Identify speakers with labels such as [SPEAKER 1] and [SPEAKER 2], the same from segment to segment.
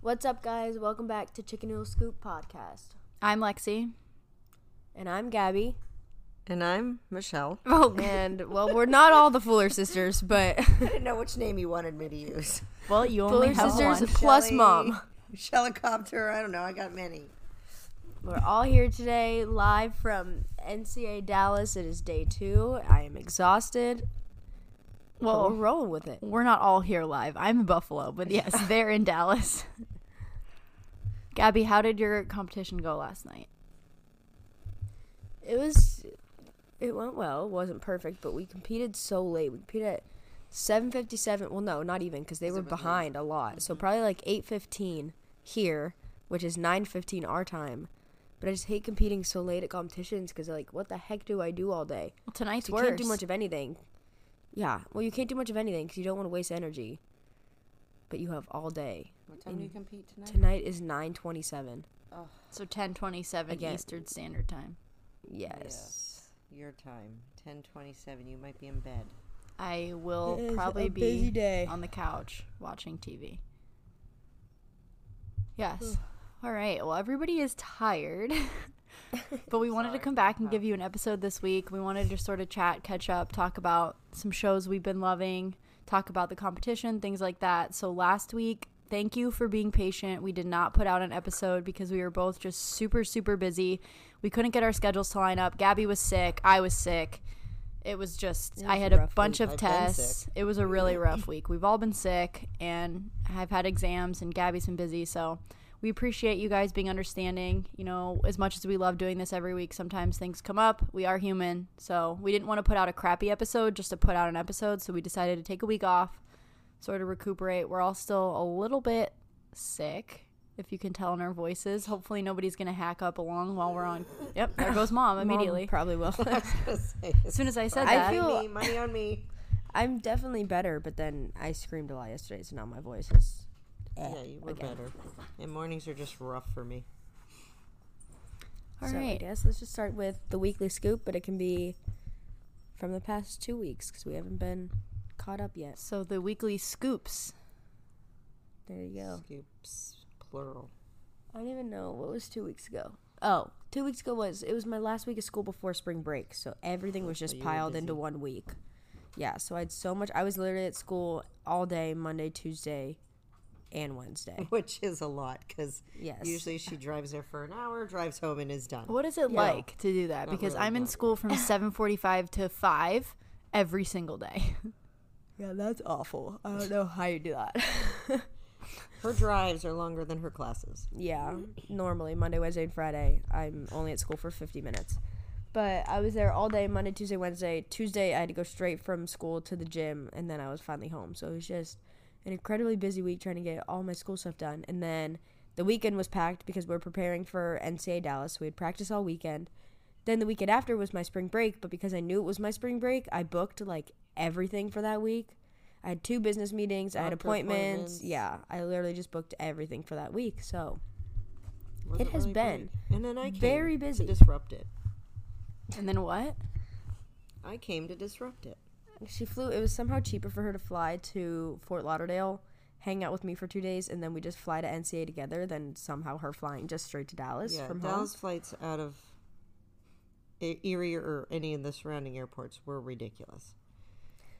[SPEAKER 1] What's up, guys? Welcome back to Chicken Noodle Scoop Podcast.
[SPEAKER 2] I'm Lexi.
[SPEAKER 1] And I'm Gabby.
[SPEAKER 3] And I'm Michelle.
[SPEAKER 2] Oh,
[SPEAKER 1] And, well, we're not all the Fuller sisters, but
[SPEAKER 3] I didn't know which name you wanted me to use.
[SPEAKER 2] well, you
[SPEAKER 1] Fuller
[SPEAKER 2] only have
[SPEAKER 1] sisters
[SPEAKER 2] one.
[SPEAKER 1] plus
[SPEAKER 3] Shelly.
[SPEAKER 1] mom.
[SPEAKER 3] Shellicopter, I don't know, I got many.
[SPEAKER 1] We're all here today live from NCA Dallas. It is day two. I am exhausted. Well, we're
[SPEAKER 2] Well,
[SPEAKER 1] rolling with it.
[SPEAKER 2] we're not all here live. I'm in Buffalo, but yes, they're in Dallas. Gabby, how did your competition go last night?
[SPEAKER 1] It was, it went well. It wasn't perfect, but we competed so late. We competed at 7.57. Well, no, not even, because they were behind a lot. So probably like 8.15 here, which is 9.15 our time. But I just hate competing so late at competitions because, like, what the heck do I do all day?
[SPEAKER 2] Well, tonight's
[SPEAKER 1] you
[SPEAKER 2] worse.
[SPEAKER 1] can't do much of anything. Yeah. Well, you can't do much of anything because you don't want to waste energy. But you have all day.
[SPEAKER 3] What time do you compete
[SPEAKER 1] Mm. Tonight
[SPEAKER 3] tonight?
[SPEAKER 1] is 9.27.
[SPEAKER 2] so 10:27
[SPEAKER 1] Again.
[SPEAKER 2] Eastern Standard Time.
[SPEAKER 1] Yes.
[SPEAKER 3] Your time, 1027. You might be in bed.
[SPEAKER 2] I will
[SPEAKER 1] It is
[SPEAKER 2] probably
[SPEAKER 1] a
[SPEAKER 2] be
[SPEAKER 1] busy day.
[SPEAKER 2] on the couch watching TV. Yes. All right. Well, everybody is tired. but we wanted to come back and give you an episode this week. We wanted to sort of chat, catch up, talk about some shows we've been loving, talk about the competition, things like that. So last week, thank you for being patient. We did not put out an episode because we were both just super super busy. We couldn't get our schedules to line up. Gabby was sick, I was sick. It was just I
[SPEAKER 1] was
[SPEAKER 2] had
[SPEAKER 1] a
[SPEAKER 2] a
[SPEAKER 1] rough
[SPEAKER 2] bunch
[SPEAKER 3] week.
[SPEAKER 2] of
[SPEAKER 3] I've been
[SPEAKER 2] tests. It was a really rough week. We've all been sick and I've had exams and Gabby's been busy, so we appreciate you guys being understanding. You know, as much as we love doing this every week, sometimes things come up. We are human. So we didn't want to put out a crappy episode just to put out an episode. So we decided to take a week off, sort of recuperate. We're all still a little bit sick, if you can tell in our voices. Hopefully, nobody's going to hack up along while we're on. Yep, there goes mom immediately.
[SPEAKER 1] Mom probably will.
[SPEAKER 2] as soon as I said
[SPEAKER 1] I
[SPEAKER 2] that,
[SPEAKER 1] feel-
[SPEAKER 3] me, money on me.
[SPEAKER 1] I'm definitely better, but then I screamed a lot yesterday, so now my voice is. eh.
[SPEAKER 3] Yeah, you were better. And mornings are just rough for me.
[SPEAKER 2] all
[SPEAKER 1] so I
[SPEAKER 2] right.
[SPEAKER 1] guess let's just start with the weekly scoop, but it can be from the past two weeks because we haven't been caught up yet.
[SPEAKER 2] So the weekly scoops.
[SPEAKER 1] There you go.
[SPEAKER 3] Scoops, plural.
[SPEAKER 1] I don't even know what was two weeks ago. Oh, two weeks ago was it was my last week of school before spring break, Oh, so everything was just
[SPEAKER 3] you were
[SPEAKER 1] piled into
[SPEAKER 3] busy.
[SPEAKER 1] one week. Yeah, so I had so much. I was literally at school all day Monday, Tuesday, and Wednesday.
[SPEAKER 3] Which is a lot because
[SPEAKER 1] Yes.
[SPEAKER 3] usually she drives there for an hour, drives home, and is done.
[SPEAKER 2] What is it like to do that? Because
[SPEAKER 3] really,
[SPEAKER 2] I'm in
[SPEAKER 3] not
[SPEAKER 2] school from 7:45 to 5 every single day.
[SPEAKER 1] Yeah, that's awful. I don't know how you do that.
[SPEAKER 3] Her drives are longer than her classes.
[SPEAKER 1] Yeah, normally Monday, Wednesday, and Friday, I'm only at school for 50 minutes. But I was there all day Monday, Tuesday, Wednesday. Tuesday, I had to go straight from school to the gym, and then I was finally home. So it was just an incredibly busy week trying to get all my school stuff done. And then the weekend was packed because we are preparing for NCAA Dallas. So we had practice all weekend. Then the weekend after was my spring break, but because I knew it was my spring break, I booked like everything for that week. I had two business meetings, I had
[SPEAKER 3] Doctor
[SPEAKER 1] appointments.
[SPEAKER 3] appointments.
[SPEAKER 1] Yeah, I literally just booked everything for that week. So
[SPEAKER 3] Wasn't
[SPEAKER 1] has
[SPEAKER 3] really great.
[SPEAKER 1] been
[SPEAKER 3] And then I came
[SPEAKER 1] very busy.
[SPEAKER 3] to disrupt it.
[SPEAKER 2] And then what?
[SPEAKER 3] I came to disrupt it.
[SPEAKER 1] She flew. It was somehow cheaper for her to fly to Fort Lauderdale, hang out with me for two days, and then we just fly to NCA together. Then somehow her flying just straight to Dallas
[SPEAKER 3] Yeah,
[SPEAKER 1] from
[SPEAKER 3] Dallas
[SPEAKER 1] home.
[SPEAKER 3] flights out of E- Erie or any of the surrounding airports were ridiculous.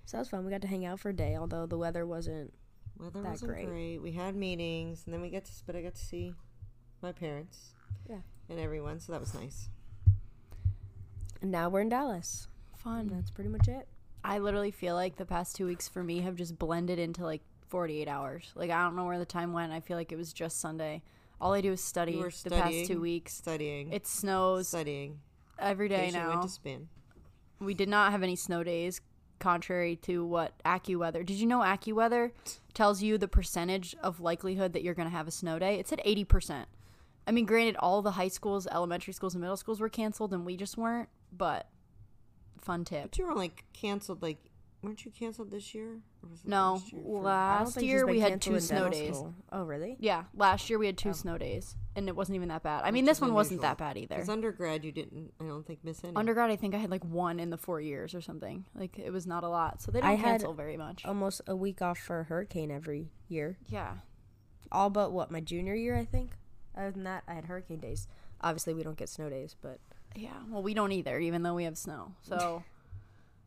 [SPEAKER 1] So that was fun. We got to hang out for a day, although the weather wasn't.
[SPEAKER 3] Weather
[SPEAKER 1] That
[SPEAKER 3] wasn't
[SPEAKER 1] great.
[SPEAKER 3] great. We had meetings, and then we got to, but I got to see my parents
[SPEAKER 1] Yeah.
[SPEAKER 3] and everyone, so that was nice.
[SPEAKER 1] And now we're in Dallas.
[SPEAKER 2] Fun.
[SPEAKER 1] And that's pretty much it.
[SPEAKER 2] I literally feel like the past 2 weeks for me have just blended into like 48 hours. Like I don't know where the time went. I feel like it was just Sunday. All I do is study
[SPEAKER 3] were
[SPEAKER 2] the past 2
[SPEAKER 3] studying.
[SPEAKER 2] weeks.
[SPEAKER 3] Studying,
[SPEAKER 2] It snows
[SPEAKER 3] studying.
[SPEAKER 2] every day
[SPEAKER 3] Patient went
[SPEAKER 2] now.
[SPEAKER 3] to spin.
[SPEAKER 2] We did not have any snow days, contrary to what AccuWeather. Did you know AccuWeather tells you the percentage of likelihood that you're going to have a snow day? It said 80%. I mean, granted, all the high schools, elementary schools, and middle schools were canceled, and we just weren't, but fun tip.
[SPEAKER 3] But you were like canceled. Like, weren't you canceled this year? Or was it
[SPEAKER 2] No,
[SPEAKER 3] last year?
[SPEAKER 1] I don't
[SPEAKER 2] last
[SPEAKER 1] think she's
[SPEAKER 2] year
[SPEAKER 1] been
[SPEAKER 2] we had
[SPEAKER 1] canceled
[SPEAKER 2] two
[SPEAKER 1] in
[SPEAKER 2] snow
[SPEAKER 1] dental
[SPEAKER 2] days.
[SPEAKER 1] school. Oh, really?
[SPEAKER 2] Yeah, last year we had two snow days, and it wasn't even that bad. I mean, this one wasn't that bad either.
[SPEAKER 3] Because undergrad, you didn't. I don't think miss any.
[SPEAKER 2] Undergrad, I think I had like one in the four years or something. Like, it was not a lot. So they
[SPEAKER 1] I
[SPEAKER 2] didn't
[SPEAKER 1] had-
[SPEAKER 2] cancel very much.
[SPEAKER 1] Almost a week off for a hurricane every year.
[SPEAKER 2] Yeah.
[SPEAKER 1] all but what my junior year, I think. Other than that, I had hurricane days. Obviously, we don't get snow days, but
[SPEAKER 2] Yeah, well, we don't either, even though we have snow. So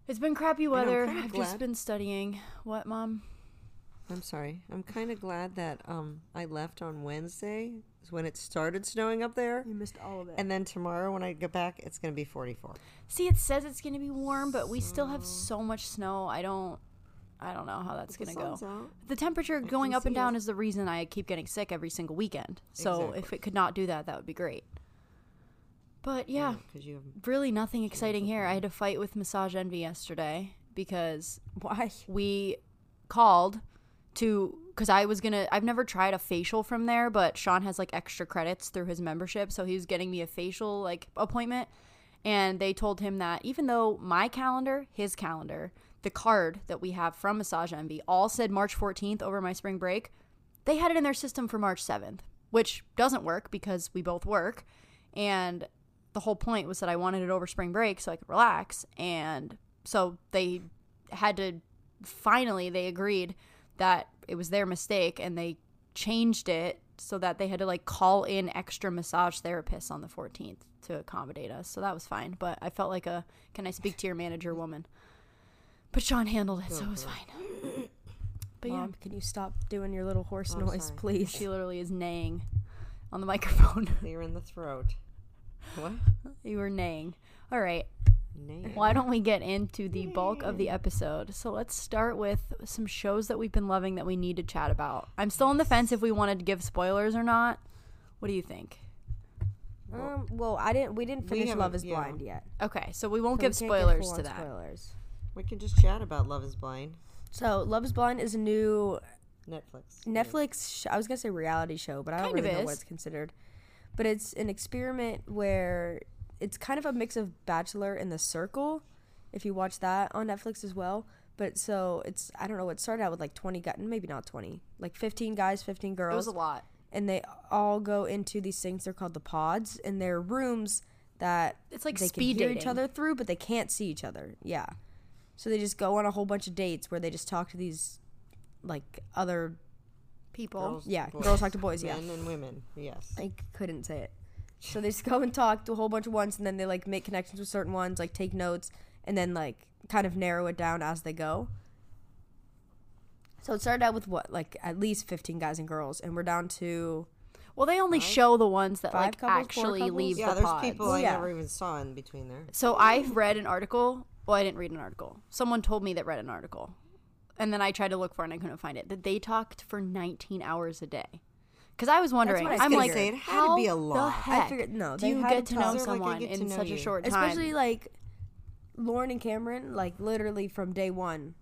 [SPEAKER 2] it's been crappy weather.
[SPEAKER 3] kinda
[SPEAKER 2] I've just
[SPEAKER 3] glad-
[SPEAKER 2] been studying. What, mom?
[SPEAKER 3] I'm sorry. I'm kind of glad that um I left on Wednesday is when it started snowing up there,
[SPEAKER 1] missed all of it.
[SPEAKER 3] and then tomorrow when I get back, it's gonna be 44.
[SPEAKER 2] See, it says it's gonna be warm, but we still have so much snow. I don't, I don't know how that's
[SPEAKER 3] The
[SPEAKER 2] gonna go.
[SPEAKER 3] sun's out.
[SPEAKER 2] Mm. The temperature going up and
[SPEAKER 3] see it.
[SPEAKER 2] down is the reason I keep getting sick every single weekend. So if it could not do that, that would be great. But yeah,
[SPEAKER 3] Because you have
[SPEAKER 2] really nothing exciting here. I had a fight with Massage Envy yesterday because
[SPEAKER 1] Why?
[SPEAKER 2] we called to because I was gonna I've never tried a facial from there, but Sean has like extra credits through his membership, so he was getting me a facial like appointment. And they told him that even though my calendar, his calendar, the card that we have from Massage Envy all said March 14th over my spring break, they had it in their system for March 7th, which doesn't work because we both work. And the whole point was that I wanted it over spring break so I could relax. And so they had to finally they agreed that it was their mistake and they changed it so that they had to like call in extra massage therapists on the 14th to accommodate us. So that was fine, but I felt like a can I speak to your manager woman. But Sean handled it, so it was fine. But yeah,
[SPEAKER 1] Mom, can you stop doing your little horse
[SPEAKER 3] Oh, I'm
[SPEAKER 1] noise,
[SPEAKER 3] sorry.
[SPEAKER 1] please?
[SPEAKER 2] she literally is neighing on the microphone.
[SPEAKER 3] clear in the throat. What?
[SPEAKER 2] you were neighing. All right.
[SPEAKER 3] Nay.
[SPEAKER 2] Why don't we get into the bulk of the episode? So let's start with some shows that we've been loving that we need to chat about. I'm still on the fence if we wanted to give spoilers or not. What do you think?
[SPEAKER 1] Um, well, I didn't. We didn't
[SPEAKER 3] We
[SPEAKER 1] finish Love
[SPEAKER 3] haven't-
[SPEAKER 1] Is
[SPEAKER 3] yeah.
[SPEAKER 1] Blind yet.
[SPEAKER 2] Okay, so we won't
[SPEAKER 1] So we
[SPEAKER 2] give
[SPEAKER 1] can't
[SPEAKER 2] spoilers
[SPEAKER 1] full-on
[SPEAKER 2] to that.
[SPEAKER 1] Spoilers.
[SPEAKER 3] We can just chat about Love Is Blind.
[SPEAKER 1] So Love Is Blind is a new
[SPEAKER 3] Netflix.
[SPEAKER 1] Netflix. Sh- I was gonna say reality show, but I don't
[SPEAKER 2] Kind of
[SPEAKER 1] really know what
[SPEAKER 2] is.
[SPEAKER 1] it's considered. But it's an experiment where it's kind of a mix of Bachelor and The Circle. If you watch that on Netflix as well, but so it's I don't know. It started out with like twenty guys, maybe not twenty, like fifteen guys, fifteen
[SPEAKER 2] It was
[SPEAKER 1] girls,
[SPEAKER 2] a lot.
[SPEAKER 1] and they all go into these things. They're called the pods, and they're rooms that
[SPEAKER 2] It's like
[SPEAKER 1] they
[SPEAKER 2] speed
[SPEAKER 1] can hear
[SPEAKER 2] dating.
[SPEAKER 1] each other through, but they can't see each other. Yeah, so they just go on a whole bunch of dates where they just talk to these like other
[SPEAKER 2] People.
[SPEAKER 3] Girls,
[SPEAKER 1] yeah,
[SPEAKER 3] boys,
[SPEAKER 1] girls talk to boys. Yeah,
[SPEAKER 3] Men and women. Yes.
[SPEAKER 1] I couldn't say it. So they just go and talk to a whole bunch of ones, and then they like make connections with certain ones, like take notes, and then like kind of narrow it down as they go. So it started out with what, like at least fifteen guys and girls, and we're down to
[SPEAKER 2] Well, they only show the ones that
[SPEAKER 1] Five
[SPEAKER 2] like
[SPEAKER 1] couples, four
[SPEAKER 2] actually
[SPEAKER 1] couples?
[SPEAKER 2] leave
[SPEAKER 3] Yeah,
[SPEAKER 2] the
[SPEAKER 3] there's
[SPEAKER 2] pods.
[SPEAKER 3] people I
[SPEAKER 1] Yeah.
[SPEAKER 3] never even saw in between there.
[SPEAKER 2] So I read an article. Well, I didn't read an article. Someone told me that read an article. And then I tried to look for it and I couldn't find it. That they talked for 19 hours a day. Because I was wondering,
[SPEAKER 1] what I was
[SPEAKER 2] I'm
[SPEAKER 1] gonna
[SPEAKER 2] like,
[SPEAKER 1] say.
[SPEAKER 3] It had to
[SPEAKER 2] how
[SPEAKER 3] be a
[SPEAKER 2] the
[SPEAKER 3] lot. I
[SPEAKER 2] heck
[SPEAKER 1] figured- no,
[SPEAKER 2] do
[SPEAKER 1] they
[SPEAKER 2] you
[SPEAKER 1] had
[SPEAKER 2] get
[SPEAKER 1] to
[SPEAKER 2] to know
[SPEAKER 1] talk.
[SPEAKER 3] They're like, I
[SPEAKER 2] someone
[SPEAKER 3] get to
[SPEAKER 2] in
[SPEAKER 3] know
[SPEAKER 2] such a
[SPEAKER 3] you.
[SPEAKER 2] short time?
[SPEAKER 1] especially like Lauren and Cameron, like literally from day one.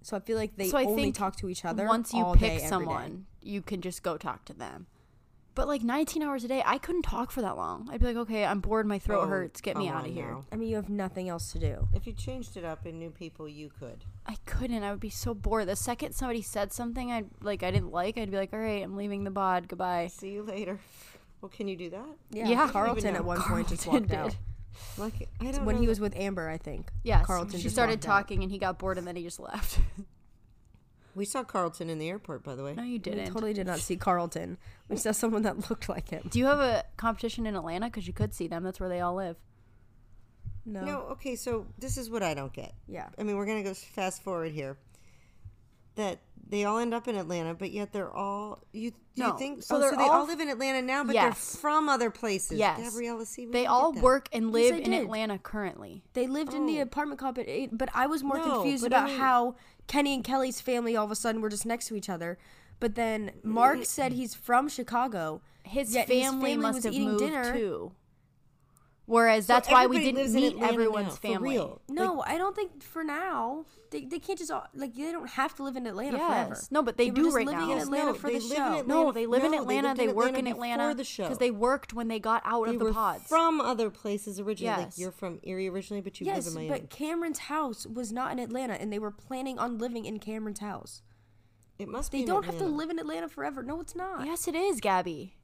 [SPEAKER 1] So I feel like they
[SPEAKER 2] So I
[SPEAKER 1] only
[SPEAKER 2] think
[SPEAKER 1] talk to each other
[SPEAKER 2] once you
[SPEAKER 1] all day,
[SPEAKER 2] pick
[SPEAKER 1] every day.
[SPEAKER 2] someone, you can just go talk to them. But like 19 hours a day, I couldn't talk for that long. I'd be like, okay, I'm bored, my throat
[SPEAKER 3] Oh,
[SPEAKER 2] hurts, get me
[SPEAKER 3] come
[SPEAKER 2] out of
[SPEAKER 3] on
[SPEAKER 2] here.
[SPEAKER 3] now.
[SPEAKER 1] I mean, you have nothing else to do.
[SPEAKER 3] If you changed it up and knew people, you could.
[SPEAKER 2] I couldn't. I would be so bored. The second somebody said something I like, I didn't like, I'd be like, all right, I'm leaving the bod. Goodbye.
[SPEAKER 3] See you later. Well, can you do that?
[SPEAKER 1] Yeah,
[SPEAKER 2] Yeah.
[SPEAKER 1] Carlton
[SPEAKER 3] Even
[SPEAKER 1] at
[SPEAKER 3] now.
[SPEAKER 1] one point just
[SPEAKER 2] Carlton
[SPEAKER 1] walked out
[SPEAKER 2] did.
[SPEAKER 3] Like I don't
[SPEAKER 1] when
[SPEAKER 3] know.
[SPEAKER 1] he was with Amber, I think.
[SPEAKER 2] Yes.
[SPEAKER 1] Carlton
[SPEAKER 2] she
[SPEAKER 1] just
[SPEAKER 2] started
[SPEAKER 1] walked out.
[SPEAKER 2] talking and he got bored and then he just left.
[SPEAKER 3] We saw Carlton in the airport, by the way.
[SPEAKER 2] no, you didn't.
[SPEAKER 1] We totally did not see Carlton. We saw someone that looked like him.
[SPEAKER 2] Do you have a competition in Atlanta? Because you could see them. That's where they all live.
[SPEAKER 1] No.
[SPEAKER 3] No, okay, so this is what I don't get.
[SPEAKER 1] Yeah.
[SPEAKER 3] I mean, we're going to go fast forward here. That they all end up in Atlanta, but yet they're all you. Do
[SPEAKER 2] No,
[SPEAKER 3] you think
[SPEAKER 2] so
[SPEAKER 3] oh,
[SPEAKER 2] they're
[SPEAKER 3] so they
[SPEAKER 2] all-
[SPEAKER 3] all, live in Atlanta now, but
[SPEAKER 2] Yes.
[SPEAKER 3] they're from other places.
[SPEAKER 2] Yes.
[SPEAKER 3] Gabriella, see, we
[SPEAKER 2] They
[SPEAKER 3] didn't
[SPEAKER 2] all
[SPEAKER 3] get that.
[SPEAKER 2] work and live
[SPEAKER 1] I
[SPEAKER 2] in
[SPEAKER 1] did.
[SPEAKER 2] Atlanta currently.
[SPEAKER 1] They lived in
[SPEAKER 2] Oh.
[SPEAKER 1] the apartment complex, eh, but I was more
[SPEAKER 3] No,
[SPEAKER 1] confused
[SPEAKER 3] but
[SPEAKER 1] about
[SPEAKER 3] I mean-
[SPEAKER 1] how Kenny and Kelly's family all of a sudden were just next to each other. But then
[SPEAKER 2] Mm,
[SPEAKER 1] Mark said he's from Chicago.
[SPEAKER 2] His,
[SPEAKER 1] yet
[SPEAKER 2] family, must
[SPEAKER 1] was
[SPEAKER 2] have
[SPEAKER 1] eating
[SPEAKER 2] moved
[SPEAKER 1] dinner.
[SPEAKER 2] too. Whereas
[SPEAKER 3] So
[SPEAKER 2] that's why we
[SPEAKER 3] everybody
[SPEAKER 2] didn't
[SPEAKER 3] lives in
[SPEAKER 2] meet
[SPEAKER 3] Atlanta
[SPEAKER 2] everyone's
[SPEAKER 3] now, for
[SPEAKER 2] family.
[SPEAKER 3] real.
[SPEAKER 1] No, I don't think for now they, they can't just all, like they don't have to live in Atlanta forever.
[SPEAKER 2] Yes. No, but they
[SPEAKER 1] were
[SPEAKER 2] do
[SPEAKER 1] just
[SPEAKER 2] right
[SPEAKER 1] living
[SPEAKER 2] now.
[SPEAKER 1] in
[SPEAKER 2] Yes,
[SPEAKER 1] Atlanta
[SPEAKER 3] no,
[SPEAKER 1] for the
[SPEAKER 3] they live in
[SPEAKER 1] show.
[SPEAKER 3] Atlanta.
[SPEAKER 2] No, they live in
[SPEAKER 3] No, they
[SPEAKER 2] Atlanta.
[SPEAKER 3] lived
[SPEAKER 2] They,
[SPEAKER 3] in
[SPEAKER 2] work
[SPEAKER 3] Atlanta
[SPEAKER 2] in
[SPEAKER 3] before
[SPEAKER 2] Atlanta
[SPEAKER 3] the show.
[SPEAKER 2] because they worked when they got out
[SPEAKER 3] They
[SPEAKER 2] of the
[SPEAKER 3] were
[SPEAKER 2] pods.
[SPEAKER 3] from other places originally.
[SPEAKER 2] Yes.
[SPEAKER 3] Like you're from Erie originally, but you
[SPEAKER 1] Yes,
[SPEAKER 3] live in Miami.
[SPEAKER 1] but Cameron's house was not in Atlanta, and they were planning on living in Cameron's house.
[SPEAKER 3] it must be.
[SPEAKER 1] They
[SPEAKER 3] in
[SPEAKER 1] don't have to
[SPEAKER 3] Atlanta.
[SPEAKER 1] live in Atlanta forever. No, it's not.
[SPEAKER 2] yes, it is, Gabby.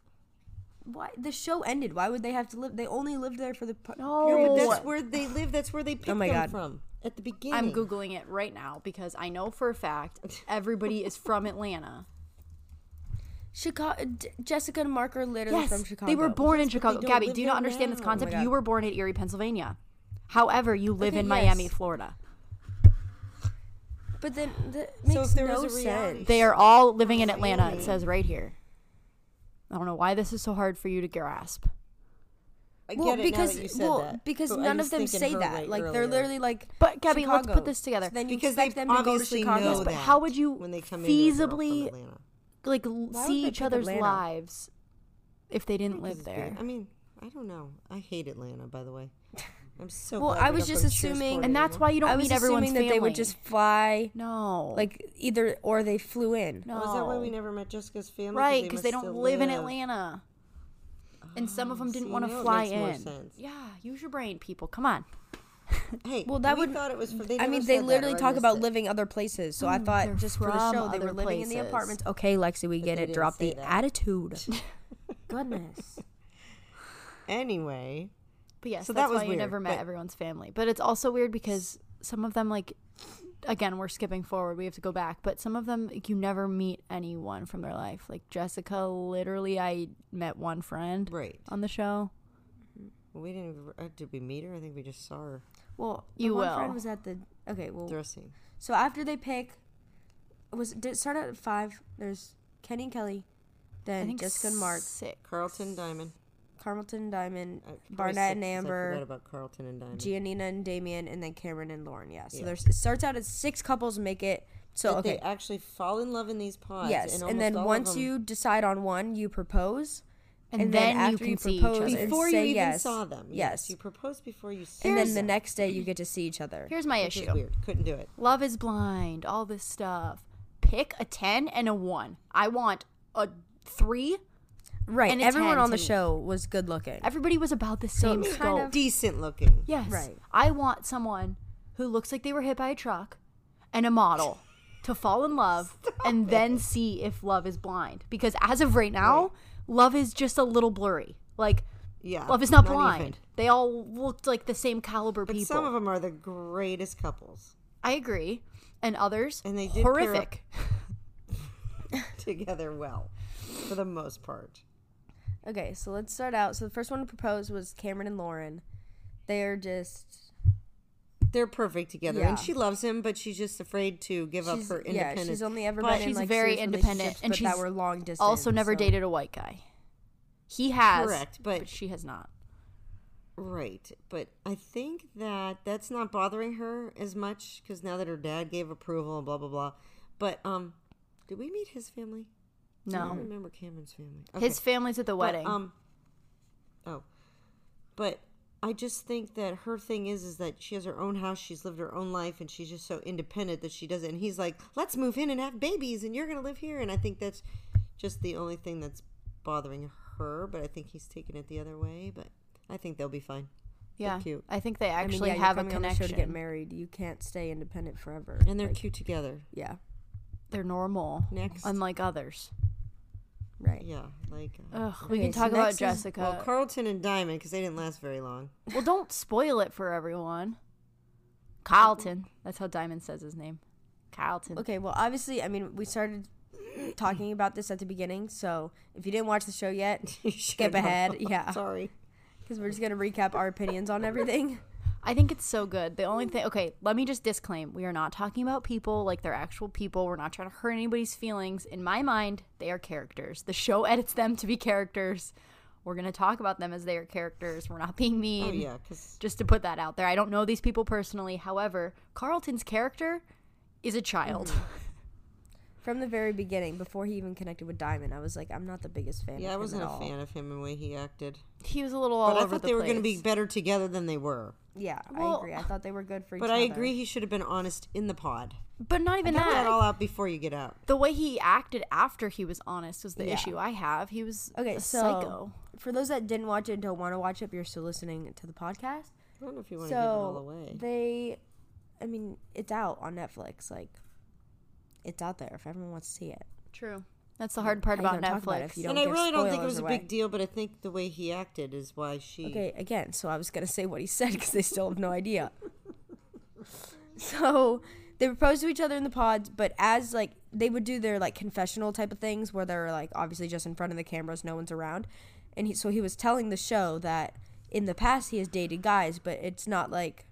[SPEAKER 1] Why the show ended? Why would they have to live? They only lived there for the pu-
[SPEAKER 2] No.
[SPEAKER 1] period.
[SPEAKER 3] But
[SPEAKER 2] Oh.
[SPEAKER 3] that's where they live. That's where they picked
[SPEAKER 1] Oh my
[SPEAKER 3] them
[SPEAKER 1] God.
[SPEAKER 3] from at the beginning.
[SPEAKER 2] I'm googling it right now because I know for a fact everybody is from Atlanta.
[SPEAKER 1] Chicago. D- Jessica and Mark are literally
[SPEAKER 2] Yes,
[SPEAKER 1] from Chicago.
[SPEAKER 2] they were born in Chicago.
[SPEAKER 3] don't
[SPEAKER 2] Gabby,
[SPEAKER 3] live
[SPEAKER 2] do you not
[SPEAKER 3] there
[SPEAKER 2] understand
[SPEAKER 3] now.
[SPEAKER 2] this
[SPEAKER 3] Oh my
[SPEAKER 2] concept?
[SPEAKER 1] God.
[SPEAKER 2] you were born in Erie, Pennsylvania. However, you live
[SPEAKER 1] Okay,
[SPEAKER 2] in Miami,
[SPEAKER 1] yes.
[SPEAKER 2] Florida.
[SPEAKER 1] But then that makes
[SPEAKER 3] there was
[SPEAKER 1] no
[SPEAKER 3] a reality
[SPEAKER 1] sense.
[SPEAKER 2] They are all living in Atlanta. It says right here. I don't know why this is so hard for you to grasp.
[SPEAKER 3] I
[SPEAKER 1] well,
[SPEAKER 3] get it
[SPEAKER 1] because
[SPEAKER 3] now that you said
[SPEAKER 1] well,
[SPEAKER 3] that.
[SPEAKER 1] because
[SPEAKER 3] but I
[SPEAKER 1] none
[SPEAKER 3] was
[SPEAKER 1] of them
[SPEAKER 3] thinking
[SPEAKER 1] say
[SPEAKER 3] her
[SPEAKER 1] that.
[SPEAKER 3] way
[SPEAKER 1] like
[SPEAKER 3] earlier.
[SPEAKER 1] they're literally like.
[SPEAKER 2] But, Gabby, let's put
[SPEAKER 1] Chicago.
[SPEAKER 2] this together.
[SPEAKER 1] So then you
[SPEAKER 3] because they
[SPEAKER 1] expect them to go to
[SPEAKER 3] obviously
[SPEAKER 1] Chicago.
[SPEAKER 3] know
[SPEAKER 2] but
[SPEAKER 3] that
[SPEAKER 2] how would you
[SPEAKER 3] when they come
[SPEAKER 2] feasibly-
[SPEAKER 3] in, they're all from Atlanta.
[SPEAKER 2] Like l-
[SPEAKER 1] would
[SPEAKER 2] see
[SPEAKER 1] they
[SPEAKER 2] each
[SPEAKER 1] pick
[SPEAKER 2] other's
[SPEAKER 1] Atlanta?
[SPEAKER 2] lives if they didn't live
[SPEAKER 3] Because it's
[SPEAKER 2] there.
[SPEAKER 3] big. I mean, I don't know. I hate Atlanta, by the way. I'm so.
[SPEAKER 1] Well,
[SPEAKER 3] glad
[SPEAKER 1] I
[SPEAKER 3] we
[SPEAKER 1] was
[SPEAKER 3] don't
[SPEAKER 1] just
[SPEAKER 3] go to Cheers
[SPEAKER 1] assuming-
[SPEAKER 3] Florida
[SPEAKER 2] And that's
[SPEAKER 3] anymore.
[SPEAKER 2] why you don't
[SPEAKER 1] I was
[SPEAKER 2] meet everyone's
[SPEAKER 1] assuming that
[SPEAKER 2] family.
[SPEAKER 1] they would just fly,
[SPEAKER 2] no,
[SPEAKER 1] like either or they flew in.
[SPEAKER 2] no.
[SPEAKER 3] Oh, is that why we never met Jessica's family?
[SPEAKER 2] right? Because
[SPEAKER 3] must
[SPEAKER 2] they don't
[SPEAKER 3] still Ah,
[SPEAKER 2] live, in Atlanta, and some of them didn't
[SPEAKER 3] see,
[SPEAKER 2] want to
[SPEAKER 3] now it
[SPEAKER 2] fly
[SPEAKER 3] makes more
[SPEAKER 2] in.
[SPEAKER 3] sense.
[SPEAKER 2] Yeah, use your brain, people. Come on.
[SPEAKER 3] Hey,
[SPEAKER 1] Well, that
[SPEAKER 3] we
[SPEAKER 1] would-
[SPEAKER 3] Thought it was. For, they
[SPEAKER 1] I
[SPEAKER 3] never
[SPEAKER 1] mean,
[SPEAKER 3] said
[SPEAKER 1] they
[SPEAKER 3] that,
[SPEAKER 1] literally
[SPEAKER 3] or I
[SPEAKER 1] talk
[SPEAKER 3] missed
[SPEAKER 1] about
[SPEAKER 3] it.
[SPEAKER 1] living other places, so I
[SPEAKER 2] Mm,
[SPEAKER 1] thought
[SPEAKER 2] they're
[SPEAKER 1] just for the
[SPEAKER 2] from
[SPEAKER 1] show they were
[SPEAKER 2] other
[SPEAKER 1] living in the
[SPEAKER 2] places.
[SPEAKER 1] apartments. Okay, Lexi, we get
[SPEAKER 3] they
[SPEAKER 1] it.
[SPEAKER 3] didn't
[SPEAKER 1] Drop
[SPEAKER 3] say
[SPEAKER 1] the
[SPEAKER 3] that.
[SPEAKER 1] attitude. Goodness.
[SPEAKER 3] Anyway,
[SPEAKER 2] But yes,
[SPEAKER 3] So that
[SPEAKER 2] that's
[SPEAKER 3] was
[SPEAKER 2] why
[SPEAKER 3] weird,
[SPEAKER 2] you never met
[SPEAKER 3] but-
[SPEAKER 2] everyone's family. But it's also weird because some of them like again, we're skipping forward. We have to go back, but some of them like, you never meet anyone from their life. Like Jessica, literally I met one friend
[SPEAKER 3] right?
[SPEAKER 1] Um,
[SPEAKER 2] on the show.
[SPEAKER 3] We didn't. even- Uh, did we meet her? I think we just saw her
[SPEAKER 1] Well,
[SPEAKER 2] You
[SPEAKER 1] my one
[SPEAKER 2] will.
[SPEAKER 1] friend was at the okay. Well,
[SPEAKER 3] dressing.
[SPEAKER 1] so after they pick, was did it start out at five? There's Kenny and Kelly,
[SPEAKER 2] I
[SPEAKER 1] then
[SPEAKER 2] think
[SPEAKER 1] Jessica and Mark,
[SPEAKER 2] Sick.
[SPEAKER 3] Carlton Diamond,
[SPEAKER 1] Carmelton Diamond,
[SPEAKER 3] Uh, probably
[SPEAKER 1] Barnett and
[SPEAKER 3] six, 'cause I forgot
[SPEAKER 1] Amber,
[SPEAKER 3] about Carlton and Diamond.
[SPEAKER 1] Giannina and Damien, and then Cameron and Lauren. Yeah. So
[SPEAKER 3] Yeah.
[SPEAKER 1] there's it starts out as six couples make it. So
[SPEAKER 3] That
[SPEAKER 1] okay,
[SPEAKER 3] they actually fall in love in these pods.
[SPEAKER 1] yes,
[SPEAKER 3] and,
[SPEAKER 1] and,
[SPEAKER 3] almost
[SPEAKER 1] then
[SPEAKER 3] all of
[SPEAKER 1] once
[SPEAKER 3] them-
[SPEAKER 1] you decide on one, you propose.
[SPEAKER 2] And,
[SPEAKER 1] And then
[SPEAKER 2] then, you
[SPEAKER 1] after
[SPEAKER 2] can
[SPEAKER 1] you
[SPEAKER 2] see
[SPEAKER 1] propose
[SPEAKER 2] each other.
[SPEAKER 1] and-
[SPEAKER 3] before you
[SPEAKER 1] say
[SPEAKER 3] even
[SPEAKER 1] yes.
[SPEAKER 3] saw them, yes.
[SPEAKER 1] Yes.
[SPEAKER 3] you proposed before you saw
[SPEAKER 1] and then
[SPEAKER 3] them.
[SPEAKER 1] the next day you get to see each other.
[SPEAKER 2] Here's my
[SPEAKER 3] Which is
[SPEAKER 2] issue.
[SPEAKER 3] weird. Couldn't do it.
[SPEAKER 2] Love is blind, all this stuff. Pick a 10 and a 1. I want a 3.
[SPEAKER 1] Right.
[SPEAKER 2] and a
[SPEAKER 1] everyone
[SPEAKER 2] 10
[SPEAKER 1] on
[SPEAKER 2] to
[SPEAKER 1] the
[SPEAKER 2] me.
[SPEAKER 1] show was good looking.
[SPEAKER 2] Everybody was about the
[SPEAKER 1] So
[SPEAKER 2] same
[SPEAKER 1] it's
[SPEAKER 2] scope.
[SPEAKER 1] kind of-
[SPEAKER 3] Decent looking.
[SPEAKER 2] Yes.
[SPEAKER 1] Right.
[SPEAKER 2] I want someone who looks like they were hit by a truck and a model to fall in love and then see if love is blind. Because as of right now, love is just a little blurry. Like,
[SPEAKER 3] Yeah.
[SPEAKER 2] love is not,
[SPEAKER 3] even.
[SPEAKER 2] blind. They all looked like the same caliber
[SPEAKER 3] But
[SPEAKER 2] people.
[SPEAKER 3] some of them are the greatest couples
[SPEAKER 2] I agree. And others,
[SPEAKER 3] And they did pair
[SPEAKER 2] horrific.
[SPEAKER 3] together well, for the most part.
[SPEAKER 1] Okay, so let's start out. So the first one to propose was Cameron and Lauren. They are just
[SPEAKER 3] They're perfect together,
[SPEAKER 1] Yeah.
[SPEAKER 3] and she loves him, but she's just afraid to give up
[SPEAKER 1] she's-
[SPEAKER 3] her
[SPEAKER 1] yeah.
[SPEAKER 3] independence.
[SPEAKER 1] She's only ever
[SPEAKER 3] But
[SPEAKER 1] been in
[SPEAKER 2] she's
[SPEAKER 1] like
[SPEAKER 2] very
[SPEAKER 1] serious
[SPEAKER 2] independent,
[SPEAKER 1] relationships,
[SPEAKER 2] and
[SPEAKER 1] but
[SPEAKER 2] she's
[SPEAKER 1] that were long distance.
[SPEAKER 2] Also, never
[SPEAKER 1] so-
[SPEAKER 2] dated a white guy. He has.
[SPEAKER 3] Correct, but-
[SPEAKER 2] but she has not.
[SPEAKER 3] right, but I think that that's not bothering her as much because now that her dad gave approval and blah blah blah. But um, did we meet his family? I
[SPEAKER 1] Mm-hmm.
[SPEAKER 3] don't
[SPEAKER 2] No.
[SPEAKER 3] remember Cameron's family.
[SPEAKER 2] His family's at the
[SPEAKER 3] But,
[SPEAKER 2] wedding.
[SPEAKER 3] um, oh, but I just think that her thing is is that she has her own house. She's lived her own life, and she's just so independent that she doesn't. And he's like, "Let's move in and have babies, and you're gonna live here." And I think that's just the only thing that's bothering her. But I think he's taking it the other way. But I think they'll be fine.
[SPEAKER 2] yeah.
[SPEAKER 3] cute.
[SPEAKER 2] I think they
[SPEAKER 1] I mean,
[SPEAKER 2] actually
[SPEAKER 1] yeah, you're
[SPEAKER 2] have a
[SPEAKER 1] coming on the show
[SPEAKER 2] connection.
[SPEAKER 1] to get married. You can't stay independent forever.
[SPEAKER 3] And they're
[SPEAKER 1] Like,
[SPEAKER 3] cute together.
[SPEAKER 1] Yeah.
[SPEAKER 2] They're normal,
[SPEAKER 3] Next.
[SPEAKER 2] unlike others.
[SPEAKER 1] Right.
[SPEAKER 3] Yeah, like uh,
[SPEAKER 2] Ugh, we
[SPEAKER 1] Okay,
[SPEAKER 2] can
[SPEAKER 1] so
[SPEAKER 2] talk about
[SPEAKER 1] next is-
[SPEAKER 2] Jessica.
[SPEAKER 3] well, Carlton and Diamond because they didn't last very long.
[SPEAKER 2] Well, don't spoil it for everyone. Carlton. That's how Diamond says his name. Carlton.
[SPEAKER 1] Okay. Well, obviously, I mean, we started talking about this at the beginning. So if you didn't watch the show yet,
[SPEAKER 3] You should know.
[SPEAKER 1] ahead, yeah.
[SPEAKER 3] Sorry.
[SPEAKER 1] because we're just gonna recap our opinions on everything.
[SPEAKER 2] I think it's so good. The only thing, okay, let me just disclaim we are not talking about people like they're actual people. We're not trying to hurt anybody's feelings. In my mind, they are characters. The show edits them to be characters. We're going to talk about them as they are characters. We're not being mean.
[SPEAKER 3] Oh yeah, because
[SPEAKER 2] Just to put that out there. I don't know these people personally. However, Carlton's character is a child.
[SPEAKER 1] Mm-hmm. From the very beginning, before he even connected with Diamond, I was like, I'm not the biggest fan.
[SPEAKER 3] yeah,
[SPEAKER 1] of
[SPEAKER 3] I
[SPEAKER 1] him
[SPEAKER 3] wasn't
[SPEAKER 1] at
[SPEAKER 3] a
[SPEAKER 1] all.
[SPEAKER 3] fan of him and the way he acted.
[SPEAKER 2] He was a little all
[SPEAKER 3] but I
[SPEAKER 2] over
[SPEAKER 3] thought
[SPEAKER 2] the
[SPEAKER 3] they were
[SPEAKER 2] place.
[SPEAKER 3] going to be better together than they were.
[SPEAKER 1] Yeah, I
[SPEAKER 2] Well-
[SPEAKER 1] agree. I thought they were good for each
[SPEAKER 3] But
[SPEAKER 1] other.
[SPEAKER 3] I agree he should have been honest in the pod.
[SPEAKER 2] but not even
[SPEAKER 3] Get that
[SPEAKER 2] that.
[SPEAKER 3] all out before you get out.
[SPEAKER 2] the way he acted after he was honest was the
[SPEAKER 1] Yeah.
[SPEAKER 2] issue I have. He was
[SPEAKER 1] Okay,
[SPEAKER 2] a
[SPEAKER 1] so
[SPEAKER 2] psycho.
[SPEAKER 1] for those that didn't watch it and don't want to watch it, but you're still listening to the podcast.
[SPEAKER 3] I don't know if you want to give it all
[SPEAKER 1] So
[SPEAKER 3] away.
[SPEAKER 1] they, I mean, it's out on Netflix. Like, it's out there if everyone wants to see it.
[SPEAKER 2] True. That's the hard part
[SPEAKER 1] How you
[SPEAKER 2] about
[SPEAKER 1] gonna talk
[SPEAKER 2] Netflix.
[SPEAKER 1] about it if you don't
[SPEAKER 3] and I
[SPEAKER 1] give
[SPEAKER 3] really don't think it
[SPEAKER 1] spoilers
[SPEAKER 3] was a
[SPEAKER 1] away.
[SPEAKER 3] big deal, but I think the way he acted is why she.
[SPEAKER 1] Okay, again, so I was gonna say what he said because they still have no idea. so they proposed to each other in the pods, but as like they would do their like confessional type of things where they're like obviously just in front of the cameras, no one's around. And he, so he was telling the show that in the past he has dated guys, but it's not like